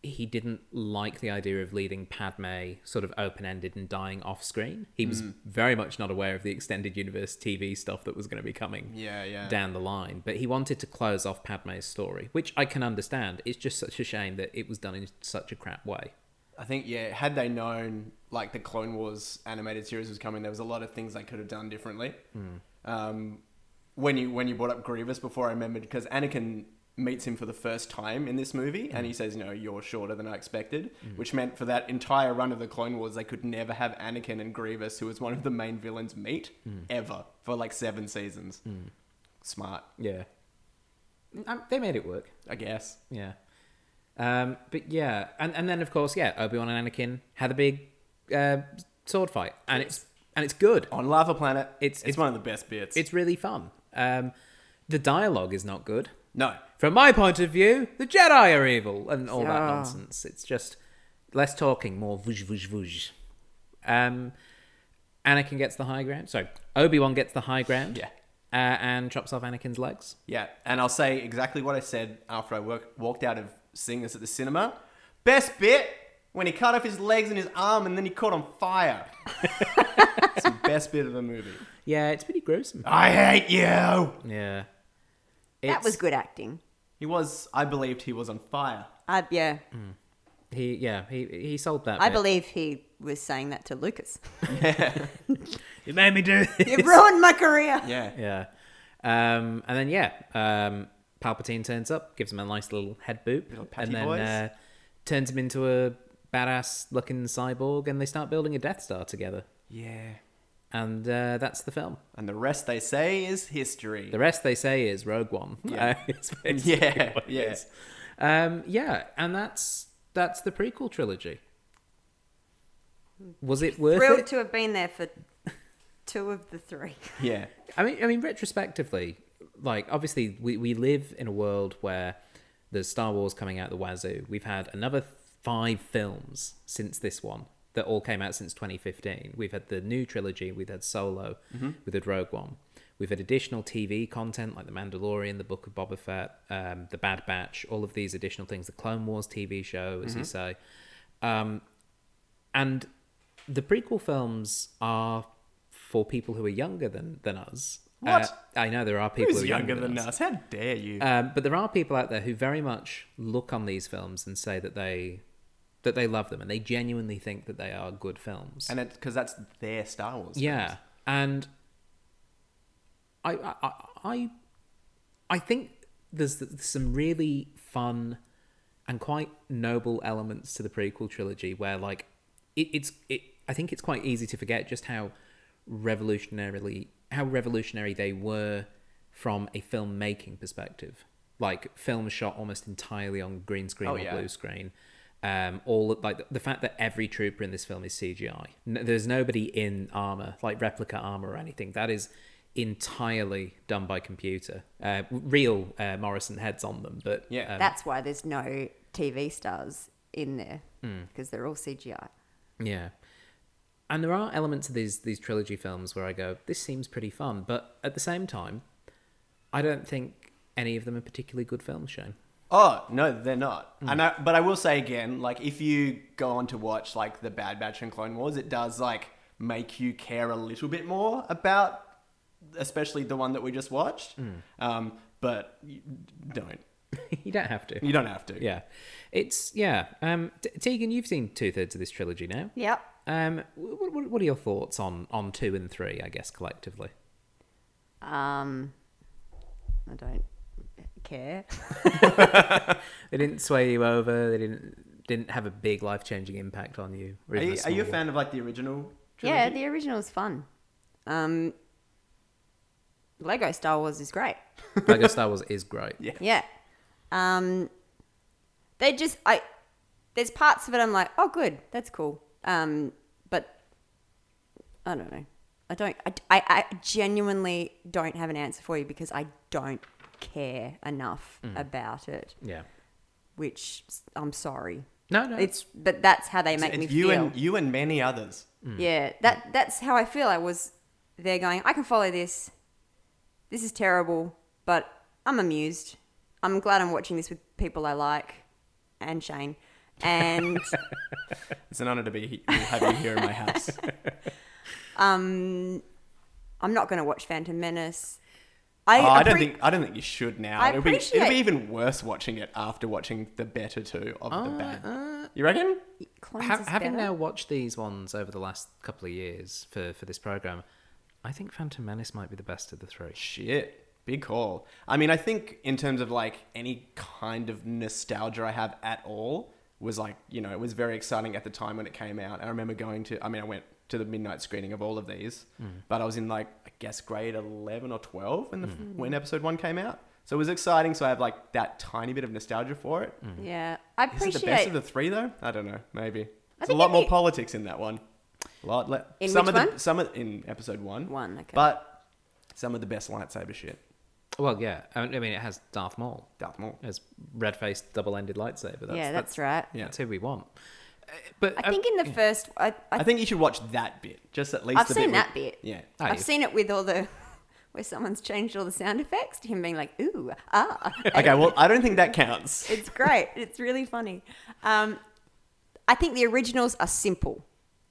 he didn't like the idea of leaving Padme sort of open ended and dying off screen. He was Mm. very much not aware of the extended universe TV stuff that was going to be coming Yeah, yeah. down the line, but he wanted to close off Padme's story, which I can understand. It's just such a shame that it was done in such a crap way. I think yeah. Had they known like the Clone Wars animated series was coming, there was a lot of things they could have done differently. Hmm. Um, when you when you brought up Grievous before, I remembered because Anakin meets him for the first time in this movie, and he Hmm. says, "You know, you're shorter than I expected," which meant for that entire run of the Clone Wars, they could never have Anakin and Grievous, who was one of the main villains, meet Hmm. ever for like seven seasons. Smart, Yeah. Um, they made it work. I guess. Yeah. Um, but yeah, and, and then of course, yeah, Obi Wan and Anakin had a big uh, sword fight, and it's and it's good. On Lava Planet, It's- it's, it's- it's one of the best bits. It's really fun. Um, the dialogue is not good. no, From my point of view, the Jedi are evil and all that Yeah. nonsense. It's just less talking, more vush vush vush. Um, Anakin gets the high ground. Sorry, Obi Wan gets the high ground. Yeah. Uh, and chops off Anakin's legs. Yeah, and I'll say exactly what I said after I work, walked out of seeing this at the cinema. Best bit when he cut off his legs and his arm, and then he caught on fire. it's the best bit of the movie. Yeah, it's pretty gruesome. I hate you. Yeah. That was It's- good acting. He was. I believed he was on fire. Uh, yeah, He yeah he he sold that. I bit. believe he was saying that to Lucas. it made me do. you ruined my career. Yeah. yeah, um, and then yeah, um, Palpatine turns up, gives him a nice little head boop, Little patty and then boys. uh, turns him into a badass looking cyborg, and they start building a Death Star together. Yeah. And uh, that's the film. And the rest they say is history. The rest they say is Rogue One. Yeah. Uh, it's basically Yeah, what it yeah. is. Um, yeah, and that's that's the prequel trilogy. Was it worth Thrilled it? to have been there for two of the three. yeah. I mean, I mean, retrospectively, like obviously, we, we live in a world where there's Star Wars coming out the wazoo. We've had another five films since this one that all came out since 2015. We've had the new trilogy. We've had Solo. We've had Rogue One. We've had additional TV content like The Mandalorian, The Book of Boba Fett, um, The Bad Batch. All of these additional things. The Clone Wars TV show, as you say. Um, and the prequel films are for people who are younger than than us. What? Uh, I know there are people Who's who are younger than us? How dare you? Um, but there are people out there who very much look on these films and say that they that they love them and they genuinely think that they are good films. and it's because that's their Star Wars. yeah, and I, I I- I I think there's, there's some really fun and quite noble elements to the prequel trilogy where like it, it's it I think it's quite easy to forget just how revolutionarily how revolutionary they were from a filmmaking perspective. Like films shot almost entirely on green screen Oh, or yeah. blue screen. Um, all like the fact that every trooper in this film is CGI. N there's nobody in armor, like replica armor or anything. That is entirely done by computer. Uh, real uh, Morrison heads on them, but Yeah. um, That's why there's no TV stars in there Hmm. because they're all CGI. Yeah. And there are elements of these these trilogy films where I go, this seems pretty fun, but at the same time, I don't think any of them are particularly good films, Shane. Oh no, they're not. Hmm. And I, but I will say again, like if you go on to watch like the Bad Batch and Clone Wars, it does like make you care a little bit more about, especially the one that we just watched. Hmm. Um, but you don't. you don't have to. You don't have to. Yeah. It's yeah. Um, T- Tegan, you've seen two thirds of this trilogy now. Yep. Um, what, what, what are your thoughts on on two and three? I guess collectively. Um, I don't care. They didn't sway you over. They didn't didn't have a big life changing impact on you. or Are even you, are you a small. fan of like the original? Trilogy? yeah, the original is fun. Um, Lego Star Wars is great. Lego Star Wars is great. Yeah. Yeah. Um, they just I there's parts of it I'm like, oh, good, that's cool. Um, but I don't know. I don't. I, I, I genuinely don't have an answer for you because I don't care enough Mm. about it. Yeah. Which s- I'm sorry. No, no. It's but that's how they make It's me you feel. and you and many others. Yeah, that that's how I feel. I was there going, I can follow this. This is terrible, but I'm amused. I'm glad I'm watching this with people I like and Shane. And It's an honor to be he- have you here in my house. Oh, um, I'm not going to watch Phantom Menace. I, Oh, I don't appre- think I don't think you should now. I it'll, be, it'll appreciate- be even worse watching it after watching the better two of the bad. uh, you reckon? Clones Ha- is having better. now watched these ones over the last couple of years for, for this program, I think Phantom Menace might be the best of the three. Shit. Big call. I mean, I think in terms of like any kind of nostalgia I have at all was like, you know, it was very exciting at the time when it came out. I remember going to, I mean, I went to the midnight screening of all of these, but I was in like, I guess grade 11 or 12 when, the, when episode one came out. So it was exciting. So I have like that tiny bit of nostalgia for it. Yeah, I Is appreciate it the best of the three though? I don't know. Maybe. There's a think lot it'd more be- politics in that one. A lot. Le- In some which of the, one? Some of, in episode one. one. Okay. But some of the best lightsaber shit. Well, yeah. I mean, I mean, it has Darth Maul Darth Maul. as red faced, double ended lightsaber. That's, yeah, that's, right. Yeah. Yeah. That's who we want. Uh, But I think in the first, I, I I think you should watch that bit. Just at least I've the seen bit that with- bit. Yeah. Oh, I've yeah. seen it with all the where someone's changed all the sound effects to him being like, ooh, ah. Okay, well, I don't think that counts. It's great. It's really funny. Um, I think the originals are simple,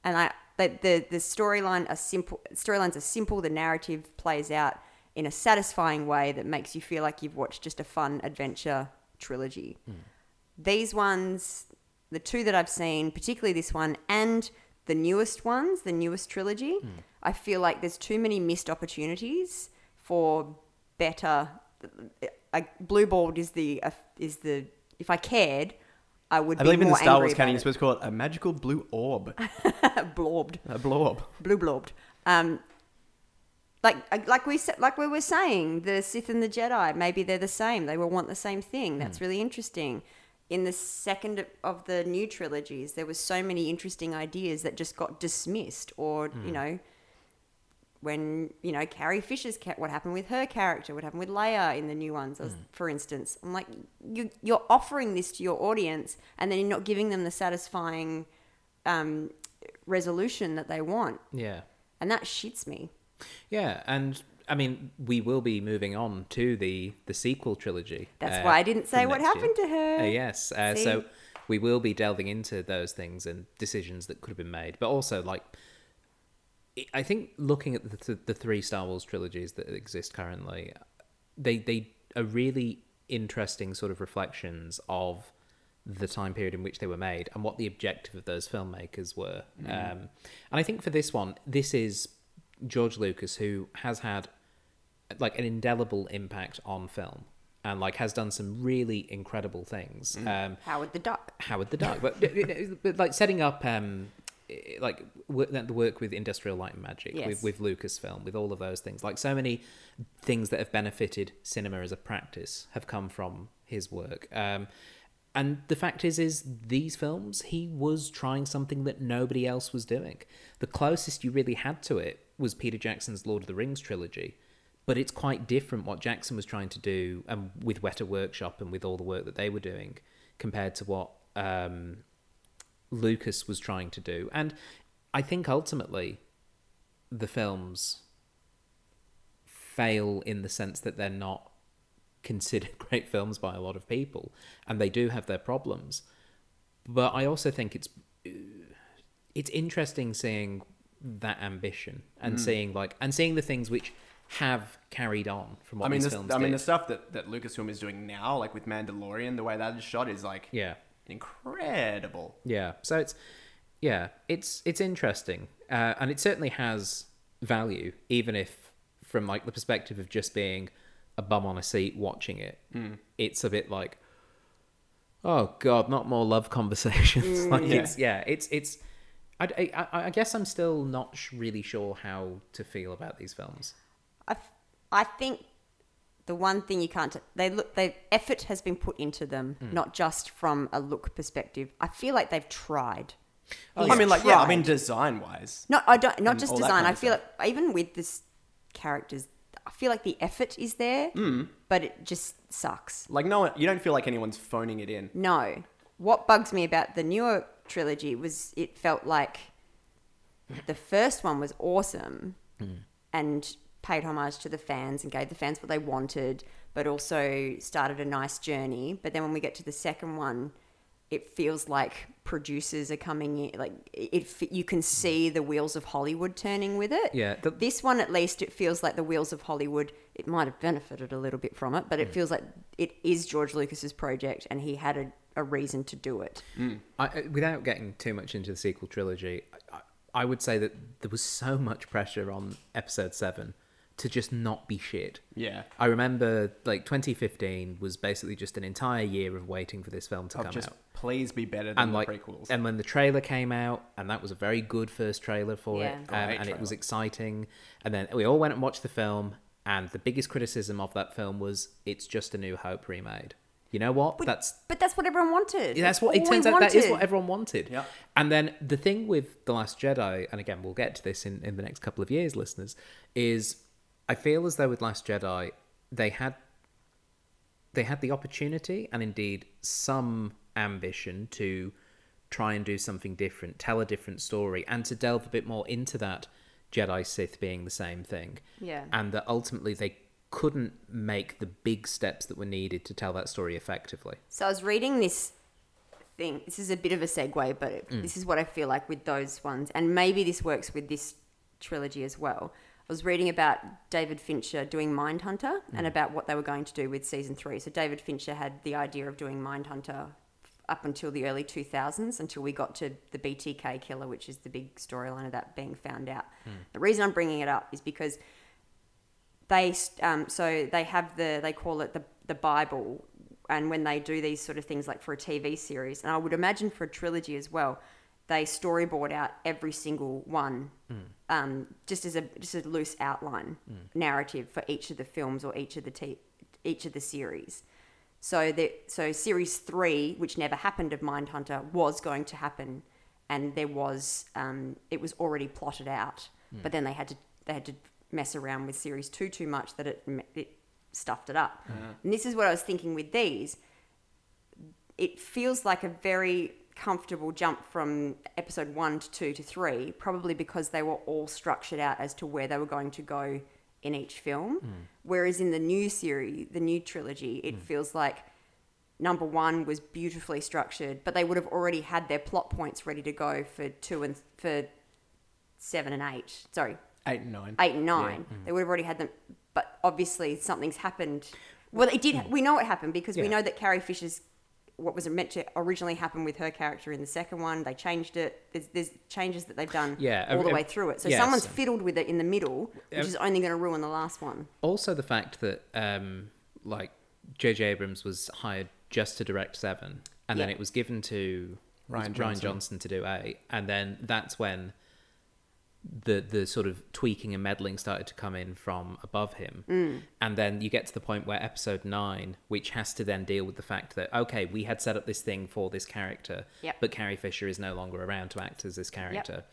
and I the the, the storyline are simple. Storylines are simple. The narrative plays out in a satisfying way that makes you feel like you've watched just a fun adventure trilogy. Hmm. These ones, the two that I've seen, particularly this one and the newest ones, the newest trilogy, Hmm. I feel like there's too many missed opportunities for better. I, blue balled is the uh, is the if I cared, I would I be believe in more the Star angry Wars canon, about you're it. supposed to call it a magical blue orb. blobbed, A blob. blue blobbed. Um, like like we said, like we were saying, the Sith and the Jedi, maybe they're the same. They will want the same thing. That's really interesting. In the second of the new trilogies, there was so many interesting ideas that just got dismissed, or you know, when you know Carrie Fisher's cat, what happened with her character, what happened with Leia in the new ones, as- for instance. I'm like, you you're offering this to your audience, and then you're not giving them the satisfying um, resolution that they want, Yeah. and that shits me. Yeah. And I mean, we will be moving on to the, the sequel trilogy. That's uh, why I didn't say from what next year. happened to her. Uh, yes. Uh, See? so we will be delving into those things and decisions that could have been made, but also like I- I think looking at the, th- the three Star Wars trilogies that exist currently, they they are really interesting sort of reflections of the time period in which they were made and what the objective of those filmmakers were. Um, and I think for this one, this is George Lucas who has had like an indelible impact on film and like has done some really incredible things. Um, Howard the Duck. Howard the Duck, but, but like setting up um, i- like wo- the work with Industrial Light and Magic, Yes. with, with Lucasfilm, with all of those things, like so many things that have benefited cinema as a practice have come from his work. Um, and the fact is, is these films he was trying something that nobody else was doing. The closest you really had to it was Peter Jackson's Lord of the Rings trilogy, but it's quite different what Jackson was trying to do and with Weta Workshop and with all the work that they were doing compared to what um, Lucas was trying to do. And I think ultimately the films fail in the sense that they're not considered great films by a lot of people and they do have their problems. But I also think it's it's interesting seeing that ambition Mm. and seeing like and seeing the things which have carried on from what I mean, these this, films I mean, did. the stuff that, that Lucasfilm is doing now, like with Mandalorian, the way that is shot is like yeah. incredible. Yeah. So it's yeah, it's it's interesting, uh, and it certainly has value, even if from like the perspective of just being a bum on a seat watching it, it's a bit like, oh god, not more love conversations. like it's yeah, it's it's. I, I, I- I guess I'm still not sh- really sure how to feel about these films. I, f- I think the one thing you can't they look they effort has been put into them Hmm. not just from a look perspective i feel like they've tried Oh, I mean, like yeah, I mean, design wise, not i don't not And just all that design kind i of feel like even with this characters i feel like the effort is there Hmm. but it just sucks like no, one, you don't feel like anyone's phoning it in. no what bugs me about the newer trilogy was it felt like the first one was awesome Hmm. and paid homage to the fans and gave the fans what they wanted, but also started a nice journey. But then when we get to the second one, it feels like producers are coming in, like it. f- You can see the wheels of Hollywood turning with it. Hmm. Yeah, the- this one at least it feels like the wheels of Hollywood. It might have benefited a little bit from it, Hmm. but it feels like it is George Lucas's project, and he had a, a reason to do it. Hmm. I, I- without getting too much into the sequel trilogy, I, I- I would say that there was so much pressure on Episode Seven to just not be shit. Yeah. I remember like 2015 was basically just an entire year of waiting for this film to come Just out. please be better than And the like, prequels. and when the trailer came out, and that was a very good first trailer for Yeah. it, um, Great and it was trailer. exciting. And then we all went and watched the film, and the biggest criticism of that film was it's just a New Hope remade. You know what? But, That's but that's what everyone wanted. yeah, that's That's what it all we turns out that is what wanted. everyone wanted. Yeah. And then the thing with The Last Jedi, and again we'll get to this in, in the next couple of years, listeners, is I feel as though with Last Jedi, they had they had the opportunity and indeed some ambition to try and do something different, tell a different story, and to delve a bit more into that Jedi Sith being the same thing. Yeah. And that ultimately they couldn't make the big steps that were needed to tell that story effectively. So I was reading this thing. This is a bit of a segue, but it, this is what I feel like with those ones, and maybe this works with this trilogy as well. I was reading about David Fincher doing Mindhunter and about what they were going to do with season three. So David Fincher had the idea of doing Mindhunter up until the early 2000s, until we got to the BTK killer, which is the big storyline of that being found out. The reason I'm bringing it up is because they um, so they have the they call it the the Bible, and when they do these sort of things like for a TV series, and I would imagine for a trilogy as well, they storyboard out every single one, um, just as a just a loose outline narrative for each of the films or each of the t- each of the series. So the so series three, which never happened of Mindhunter, was going to happen, and there was um, it was already plotted out. But then they had to they had to mess around with series two too much that it m- it stuffed it up. And this is what I was thinking with these. It feels like a very comfortable jump from episode one to two to three, probably because they were all structured out as to where they were going to go in each film. Whereas in the new series, the new trilogy, it feels like number one was beautifully structured, but they would have already had their plot points ready to go for two and for seven and eight. Sorry, Eight and nine. eight and nine. Mm. They would have already had them, but obviously something's happened. Well, it did. We know what happened because we mm. Yeah. know that Carrie Fisher's what was meant to originally happen with her character in the second one. They changed it. There's, there's changes that they've done Yeah, all the ev- way through it. So yes. someone's fiddled with it in the middle, which Ev- is only going to ruin the last one. also the fact that um like jj abrams was hired just to direct seven and then Yeah. it was given to Ryan ryan Johnson. johnson to do eight and then that's when the the sort of tweaking and meddling started to come in from above him and then you get to the point where episode 9 which has to then deal with the fact that okay we had set up this thing for this character Yep. but carrie fisher is no longer around to act as this character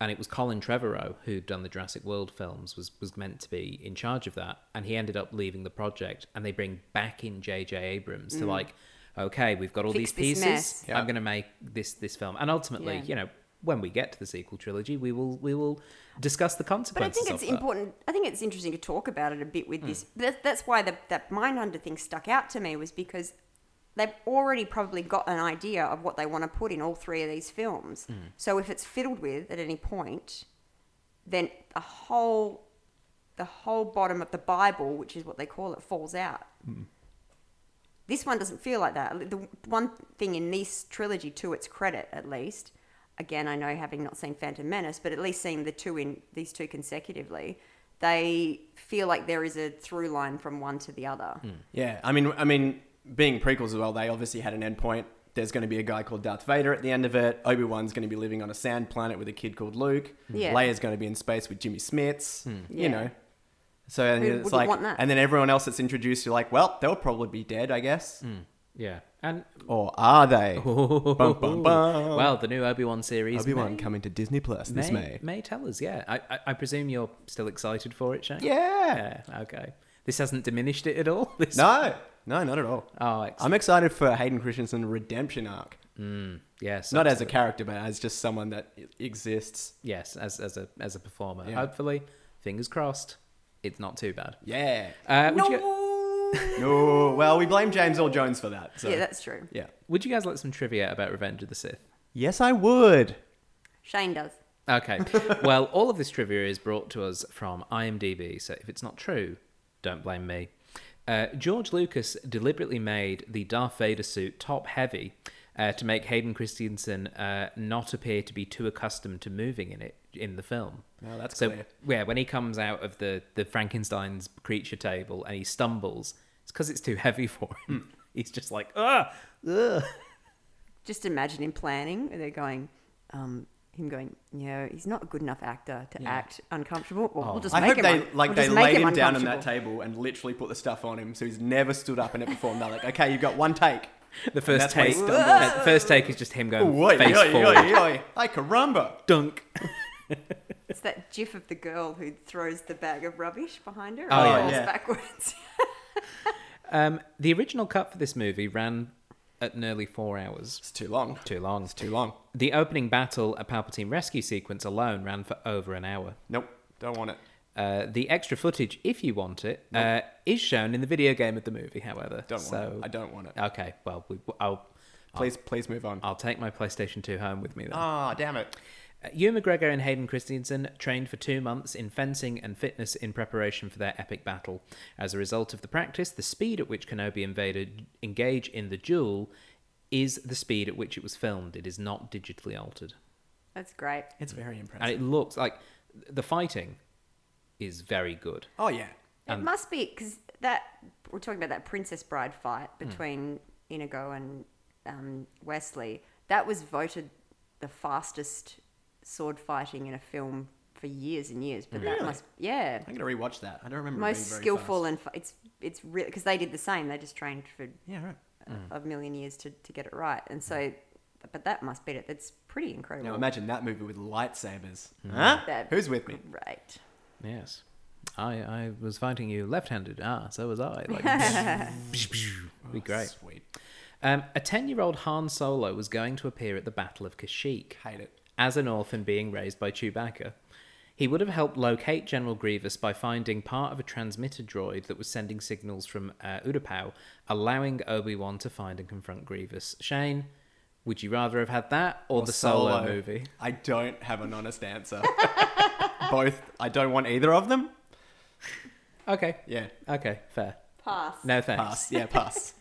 and it was colin trevorrow who'd done the jurassic world films was was meant to be in charge of that and he ended up leaving the project and they bring back in jj abrams to like okay we've got all Mm. Fix these this pieces mess. Yeah. i'm going to make this this film and ultimately Yeah. you know when we get to the sequel trilogy, we will we will discuss the But I consequences. think of it's that. Hmm. important. I think it's interesting to talk about it a bit with this. That, that's why the, that Mindhunter thing stuck out to me was because they've already probably got an idea of what they want to put in all three of these films. Hmm. So if it's fiddled with at any point, then the whole the whole bottom of the Bible, which is what they call it, falls out. This one doesn't feel like that. The one thing in this trilogy, to its credit at least, again, I know having not seen Phantom Menace, but at least seeing the two in these two consecutively, they feel like there is a through line from one to the other. Hmm. Yeah, I mean, I mean, being prequels as well, they obviously had an endpoint. There's going to be a guy called Darth Vader at the end of it. Obi Wan's going to be living on a sand planet with a kid called Luke. Yeah. Leia's going to be in space with Jimmy Smits. Yeah. You know, so and Who it's wouldn't like, want that? and then everyone else that's introduced, you're like, well, they'll probably be dead, I guess, Yeah, and or are they? Bum, bum, bum. well, the new Obi Wan series. Obi may- Wan coming to Disney Plus this may, May. may tell us. Yeah, I, I, I presume you're still excited for it, Shane. Yeah. Yeah. Okay. This hasn't diminished it at all. This... No, no, not at all. Oh, excellent. I'm excited for Hayden Christensen's redemption arc. Yes. Not as a absolutely. character, but as just someone that i- exists. yes as as a as a performer. Yeah. Hopefully, fingers crossed, it's not too bad. Yeah. Uh, would No, you No, well, we blame James Earl Jones for that. So. yeah, that's true. yeah. would you guys like some trivia about Revenge of the Sith? Yes, I would. Shane does. Okay. well, all of this trivia is brought to us from IMDb, so if it's not true, don't blame me. Uh, George Lucas deliberately made the Darth Vader suit top heavy uh, to make Hayden Christensen uh, not appear to be too accustomed to moving in it in the film. Oh, that's so. clear. Yeah, when he comes out of the the Frankenstein's creature table and he stumbles, it's because it's too heavy for Hmm. him. He's just like, ah, ugh. Just imagine him planning, and they're going, um, him going, you know, he's not a good enough actor to act uncomfortable. Well, we'll just Oh. I make hope him they un- like we'll they just make laid him, down on that uncomfortable." table and literally put the stuff on him, so he's never stood up and it performed. They're like, okay, you've got one take. The first that's why he take, stumbles. uh, first take is just him going Oi, face oi, forward, oi, oi. Hi, caramba. dunk. It's that gif of the girl who throws the bag of rubbish behind her and Oh, yeah. falls Yeah. backwards. Um, the original cut for this movie ran at nearly four hours. It's too long. Too long. It's too long. The opening battle, a Palpatine rescue sequence alone, ran for over an hour. Nope, don't want it. Uh, the extra footage, if you want it, uh, is shown in the video game of the movie. However, Don't want so Uh, it. I don't want it. okay. Well, we, I'll Please, please move on. I'll take my PlayStation Two home with me then. Ah, damn it. Uh, Ewan McGregor and Hayden Christensen trained for two months in fencing and fitness in preparation for their epic battle. As a result of the practice, the speed at which Kenobi and Vader engage in the duel is the speed at which it was filmed. It is not digitally altered. That's great. It's very And impressive. it looks like the fighting is very good. oh yeah. it must be because that we're talking about that Princess Bride fight Hmm. between Inigo and um, Wesley. That was voted the fastest sword fighting in a film for years and years. But that Really? must, yeah, I'm gonna rewatch that. I don't remember. it being most very skillful fast. and fa- it's it's real because they did the same. They just trained for Yeah, right. a, a million years to, to get it right, and so. But that must beat it. That's pretty incredible. Hmm. Now imagine that movie with lightsabers. Huh? That'd be Who's with me? Great. Yes. I, I was fighting you left handed. Ah, so was I. Like, be great. Sweet. Um, a 10 year old Han Solo was going to appear at the Battle of Kashyyyk. Hate it. as an orphan being raised by Chewbacca. He would have helped locate General Grievous by finding part of a transmitter droid that was sending signals from uh, Utapau, allowing Obi Wan to find and confront Grievous. Shane, would you rather have had that or, the solo, movie? I don't have an honest answer. Both. I don't want either of them. Okay. Yeah. Okay. Fair. Pass. No thanks. Pass. Yeah, pass.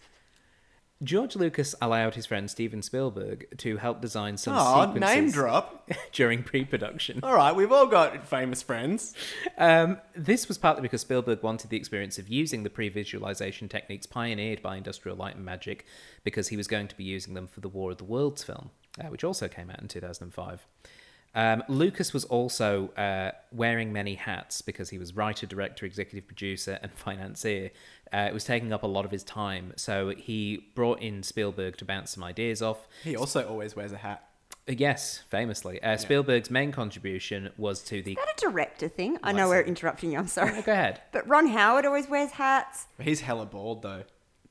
George Lucas allowed his friend Steven Spielberg to help design some Oh, sequences name drop. during pre-production. All right, we've all got famous friends. Um, this was partly because Spielberg wanted the experience of using the pre-visualization techniques pioneered by Industrial Light and Magic, because he was going to be using them for the War of the Worlds film, uh, which also came out in 2005. Um, Lucas was also uh, wearing many hats because he was writer, director, executive producer, and financier. Uh, it was taking up a lot of his time, so he brought in Spielberg to bounce some ideas off. Uh, He also always wears a hat. Yes, famously, uh, Spielberg's main contribution was to the. Not a director thing. I know we're interrupting Oh you. I'm sorry. Go ahead. But Ron Howard always wears hats. He's hella bald though.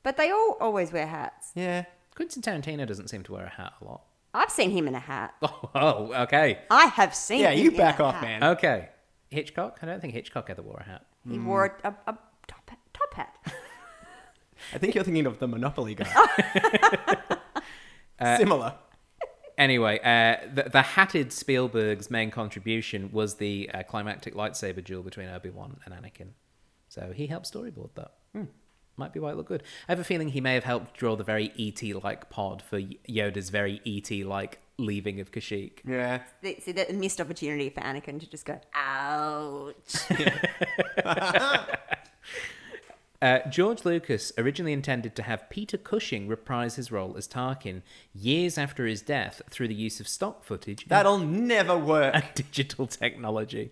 But they all always wear hats. Yeah. Quentin Tarantino doesn't seem to wear a hat a lot. I've seen him in a hat. Oh, oh, okay. I have seen. Yeah, him you in back a off, hat. man. Okay. Hitchcock? I don't think Hitchcock ever wore a hat. He Mm. wore a, a, a top hat. Top hat. I think you're thinking of the Monopoly guy. Oh. Uh, Similar. Anyway, uh, the, the hatted Spielberg's main contribution was the uh, climactic lightsaber duel between Obi Wan and Anakin. So he helped storyboard that. Hmm. Might be why it looked good. I have a feeling he may have helped draw the very ET like pod for Y- Yoda's very ET like leaving of Kashyyyk. Yeah. They- See, that missed opportunity for Anakin to just go, ouch. Uh, George Lucas originally intended to have Peter Cushing reprise his role as Tarkin years after his death through the use of stock footage. That'll never work. and digital technology.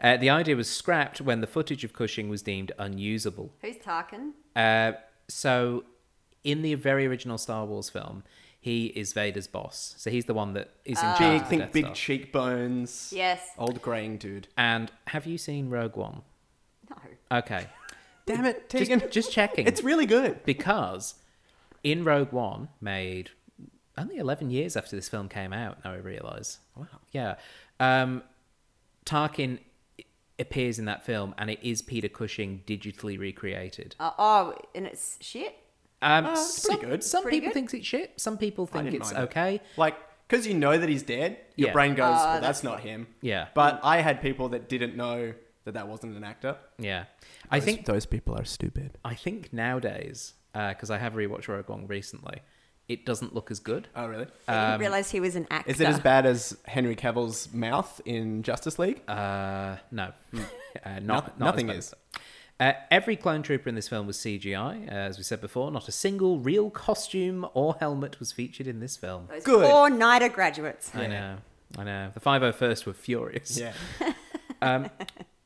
Uh, the idea was scrapped when the footage of Cushing was deemed unusable. Who's Tarkin? Uh, so, in the very original Star Wars film, he is Vader's boss. So he's the one that is in charge. Ah. Big, of the think Death big Star. cheekbones. Yes. Old graying dude. and have you seen Rogue One? No. Okay, Damn it, just, Tegan. just checking. It's really good. because in Rogue One, made only 11 years after this film came out, now I realise. Wow. Yeah. Um, Tarkin appears in that film and it is Peter Cushing digitally recreated. Uh, oh, and it's shit? Um, it's Ah, pretty some, good. Some Pretty people good. think it's shit. Some people think didn't it's mind it. okay. Like, because you know that he's dead, your Yeah. brain goes, Oh, well, that's that's not him. Yeah. But I had people that didn't know that that wasn't an actor. Yeah. I think those people are stupid. I think nowadays, because I have rewatched Rogue One recently, it doesn't look as good. Oh, really? Uh, I didn't realize he was an actor. Is it as bad as Henry Cavill's mouth in Justice League? Uh, no, uh, not, Hmm. No- not as nothing bad is. as that. Uh, every clone trooper in this film was CGI, uh, as we said before. Not a single real costume or helmet was featured in this film. Those Good. Uh, Four NIDA graduates. I know, I know. The 501st were furious. yeah.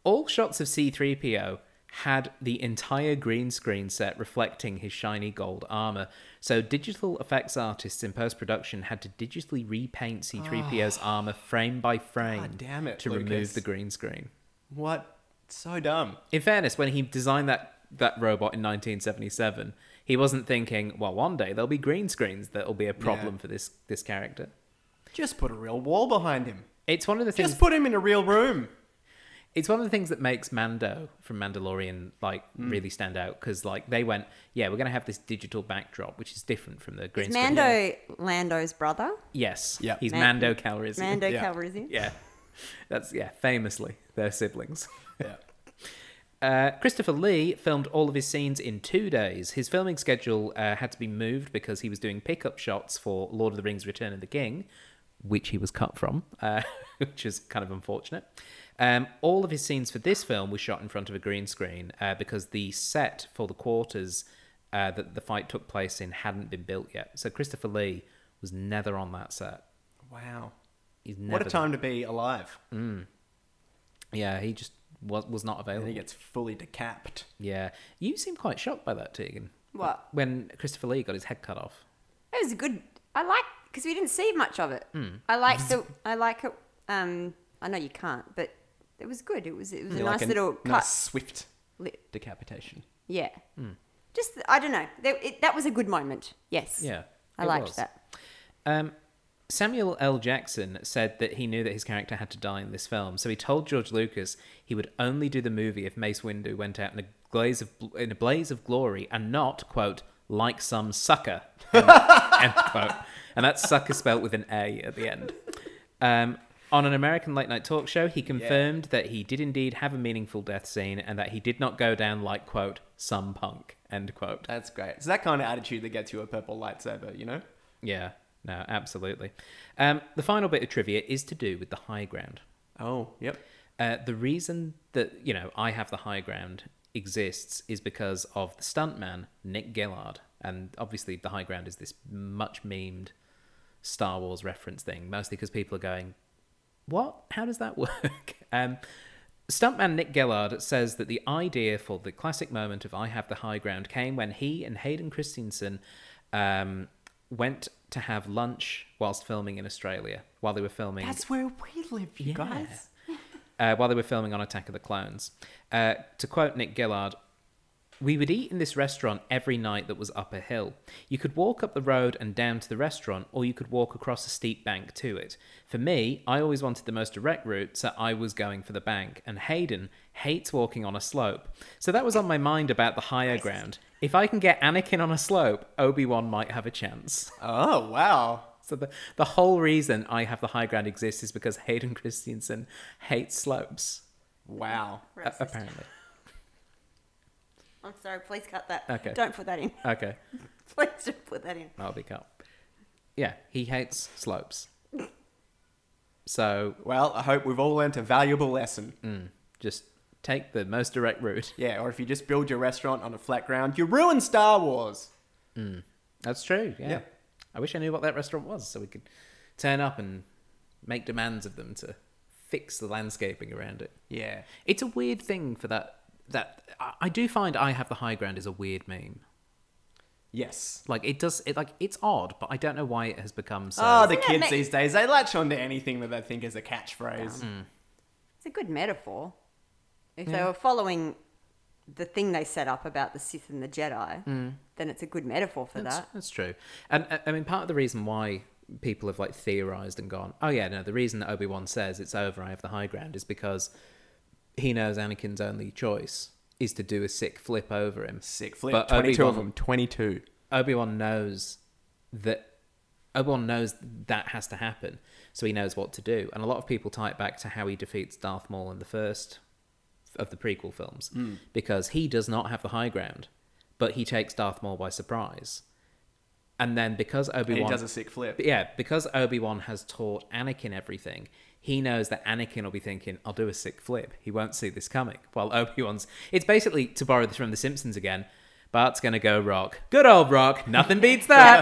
All shots of C3PO had the entire green screen set reflecting his shiny gold armor. So digital effects artists in post production had to digitally repaint C3PO's armor frame by frame God damn it, to remove Lucas. the green screen. What? So dumb. In fairness, when he designed that that robot in 1977, he wasn't thinking, well, one day there'll be green screens that'll be a problem Yeah. for this this character. Just put a real wall behind him. It's one of the things. Just put him in a real room. It's one of the things that makes Mando from Mandalorian like really stand out because like they went, yeah, we're going to have this digital backdrop which is different from the green Is screen. Mando Lando's brother? Yes. Yeah. He's Man- Mando Calrissian. Mando Yeah. Calrissian? Yeah. That's yeah. Famously, they're siblings. Yeah. Uh, Christopher Lee filmed all of his scenes in two days. His filming schedule uh, had to be moved because he was doing pickup shots for Lord of the Rings Return of the King, which he was cut from, uh, which is kind of unfortunate. Um, all of his scenes for this film were shot in front of a green screen uh, because the set for the quarters uh, that the fight took place in hadn't been built yet. So Christopher Lee was never on that set. Wow. He's never What a time to be alive. Yeah, he just was, was not And he available. gets fully decapped. Yeah. You seem quite shocked by that, Tegan. What? When Christopher Lee got his head cut off. It was a good. I like because we didn't see much of it. Hmm. I like the. I like it. Um, I know you can't, but it was good. It was. It was a You're nice like little Oh, cut. nice swift Li- decapitation. Yeah. Hmm. Just I don't know. That, it, that was a good moment. Yes. Yeah. I it liked was. that. Um, Samuel L. Jackson said that he knew that his character had to die in this film, so he told George Lucas he would only do the movie if Mace Windu went out in a glaze of in a blaze of glory and not quote like some sucker. End, end quote. And that sucker spelt with an A at the end. Um, On an American late night talk show, he confirmed that he did indeed have a meaningful death scene and that he did not go down like, quote, some punk, end quote. That's great. It's that kind of attitude that gets you a purple lightsaber, you know? Yeah, no, absolutely. Um, the final bit of trivia is to do with the high ground. Oh, yep. Uh, the reason that, you know, I have the high ground exists is because of the stuntman, Nick Gillard. And obviously, the high ground is this much memed Star Wars reference thing, mostly because people are going, what? How does that work? Um, stuntman Nick Gellard says that the idea for the classic moment of I Have the High Ground came when he and Hayden Christensen um, went to have lunch whilst filming in Australia, while they were filming That's where we live, you guys. uh, while they were filming on Attack of the Clones. Uh, to quote Nick Gillard, we would eat in this restaurant every night that was up a hill. You could walk up the road and down to the restaurant, or you could walk across a steep bank to it. For me, I always wanted the most direct route, so I was going for the bank, and Hayden hates walking on a slope. So that was on my mind about the higher ground. If I can get Anakin on a slope, Obi Wan might have a chance. Oh, wow. So the, the whole reason I have the high ground exists is because Hayden Christensen hates slopes, Wow. a- Racist. apparently. I'm sorry, please cut that. Okay. Don't put that in. Okay, Please don't put that in. I'll be calm. Yeah, he hates slopes. So Well, I hope we've all learnt a valuable lesson. Mm. just take the most direct route. Yeah, or if you just build your restaurant on a flat ground, you ruin Star Wars. That's true. Yeah. Yeah. I wish I knew what that restaurant was so we could turn up and make demands of them to fix the landscaping around it. Yeah. It's a weird thing for that. That I, I do find I have the high ground is a weird meme. Yes. Like it does it like it's odd, but I don't know why it has become so. Oh, the Isn't it kids ma- these days, they latch onto anything that they think is a catchphrase. Mm. It's a good metaphor. If they were following the thing they set up about the Sith and the Jedi, then it's a good metaphor for Hmm. that's, that. that's true. And uh, I- I mean, part of the reason why people have like theorized and gone, oh yeah, no, the reason that Obi Wan says it's over, I have the high ground, is because he knows Anakin's only choice is to do a sick flip over him. Sick flip. uh, But 22 of Obi-Wan- them. 22. Obi Wan knows that Obi Wan knows that has to happen, so he knows what to do. And a lot of people tie it back to how he defeats Darth Maul in the first of the prequel films, Hmm. because he does not have the high ground, but he takes Darth Maul by surprise. And then because Obi And he Wan does a sick flip. but yeah, because Obi Wan has taught Anakin everything, he knows that Anakin will be thinking, "I'll do a sick flip. He won't see this coming." While Obi Wan's, it's basically to borrow this from The Simpsons again. Bart's gonna go rock. Good old rock. Nothing beats that.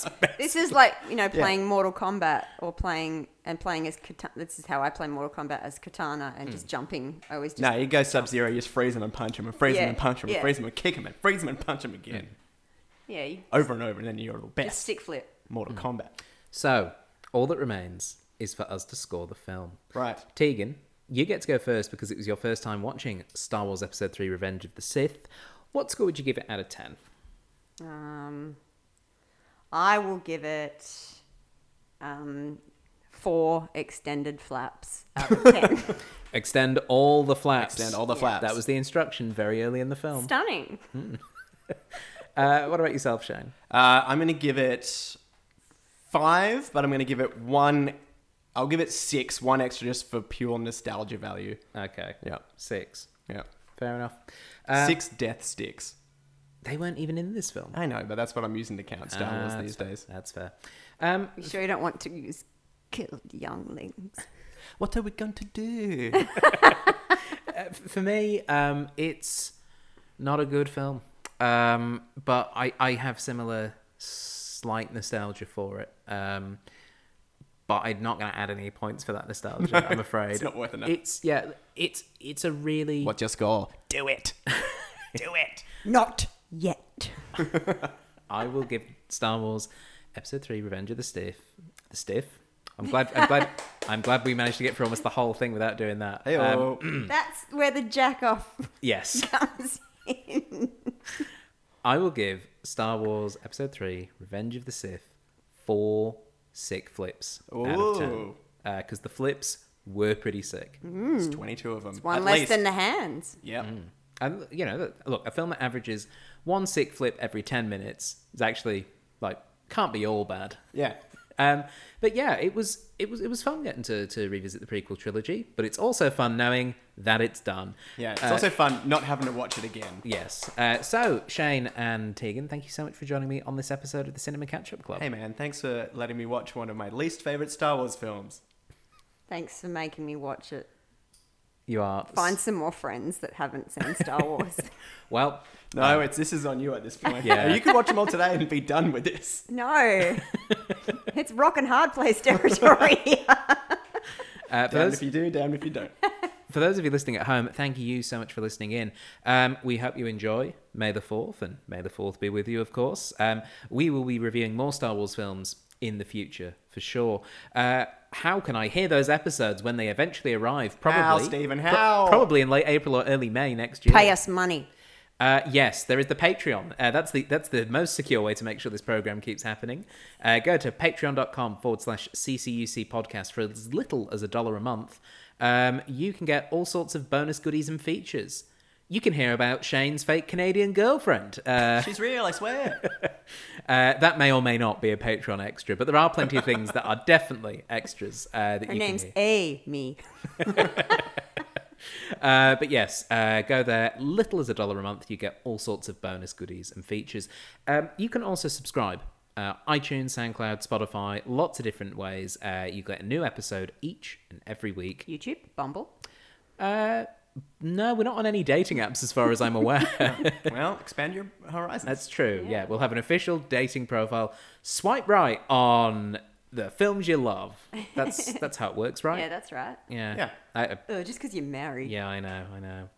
This is like you know playing Mortal Kombat or playing and playing as Katana. This is how I play Mortal Kombat as Katana and just jumping. I always just Mm. No, you go sub zero, you just freeze him and punch him and freeze Yeah, him and punch him yeah. and freeze him and kick him and freeze him and punch him again. yeah, you Over and over, and then you're the best. just Mm. stick flip. Mortal Kombat. so, all that remains is for us to score the film. Right. Tegan, you get to go first because it was your first time watching Star Wars Episode Three: Revenge of the Sith. What score would you give it out of ten? Um, I will give it um, four extended flaps out of ten. Extend all the flaps. Extend all the flaps. That was the instruction very early in the film. Stunning. Uh, what about yourself, Shane? Uh, I'm going to give it five, but I'm going to give it one. I'll give it six, one extra just for pure nostalgia value. Okay. Yeah. Six. Yeah. Fair enough. Uh, six death sticks. They weren't even in this film. I know, but that's what I'm using to count Star Ah, Wars these that's- days. That's fair. Um, You sure you don't want to use killed younglings? What are we going to do? f- for me, um, it's not a good film, um, but I, I have similar slight nostalgia for it. Um, but I'm not going to add any points for that nostalgia. I'm afraid it's not worth enough. It's yeah. It's it's a really What's your score? Do it. Do it. Not yet. I will give Star Wars Episode Three: Revenge of the Stiff. The Stiff. I'm glad. I'm glad. I'm glad we managed to get through almost the whole thing without doing that. Hey, oh. Um, Hmm. That's where the jack off yes, comes in. I will give Star Wars Episode Three: Revenge of the Sith four sick flips out of ten Ooh. Mm-hmm. because the flips were pretty sick. Mm. it's 22 of them. One at less least. than the hands. Yep. Mm. And you know, th- look, a film that averages one sick flip every ten minutes is actually like can't be all bad. Yeah. Um, but yeah, it was it was it was fun getting to, to revisit the prequel trilogy, but it's also fun knowing that it's done. Yeah, it's Uh, also fun not having to watch it again. yes. Uh, so Shane and Tegan, thank you so much for joining me on this episode of the Cinema Catch Up Club. Hey man, thanks for letting me watch one of my least favorite Star Wars films. Thanks for making me watch it. you are Find some more friends that haven't seen Star Wars. well. No, Oh, it's this is on you at this point. Yeah. you could watch them all today and be done with this. no. it's rock and hard place territory. Uh, for Damned those- if you do, damned if you don't. for those of you listening at home, thank you so much for listening in. Um, we hope you enjoy May the 4th, and May the 4th be with you, of course. Um, we will be reviewing more Star Wars films in the future, for sure. Uh, how can I hear those episodes when they eventually arrive? Probably, How, Stephen, how? probably in late April or early May next year. Oh. Pay us money. Uh, yes, there is the Patreon. Uh, that's the that's the most secure way to make sure this program keeps happening. Uh, go to patreon.com forward slash CCUC podcast for as little as a dollar a month. Um, you can get all sorts of bonus goodies and features. You can hear about Shane's fake Canadian girlfriend. Uh, She's real, I swear. uh, that may or may not be a Patreon extra, but there are plenty of things that are definitely extras uh, that Her you name's can hear. Amy. Uh, but yes, uh, go there. Little as a dollar a month, you get all sorts of bonus goodies and features. Um, you can also subscribe. Uh, iTunes, SoundCloud, Spotify, lots of different ways. Uh, you get a new episode each and every week. YouTube, Bumble. Uh, no, we're not on any dating apps as far as I'm aware. well, expand your horizons. That's true. Yeah. we'll have an official dating profile. Swipe right on the films you love. That's that's how it works, right? Yeah, that's right. yeah. Yeah. I- Ugh, just because you're married. Yeah, I know, I know.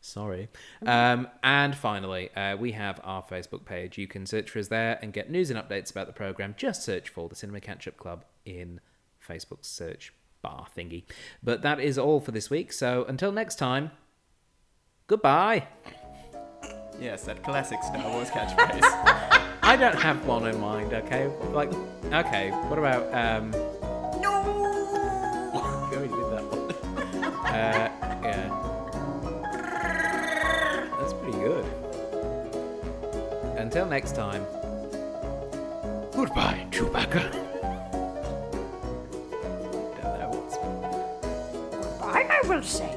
Sorry. Um, and finally, uh, we have our Facebook page. You can search for us there and get news and updates about the program. Just search for the Cinema Catch Up Club in Facebook's search bar thingy. But that is all for this week. So until next time, goodbye. yes, that classic Star Wars catchphrase. I don't have one in mind. Okay, like, okay. What about? Um, No! we already did that one. uh, yeah. That's pretty good. Until next time. Goodbye, Chewbacca. Don't know what's. I, I will say.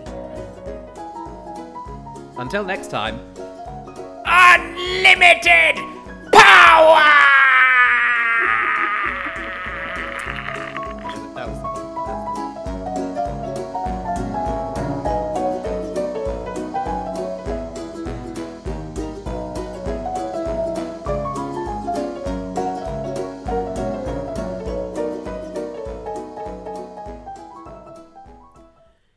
Until next time. Unlimited power! that was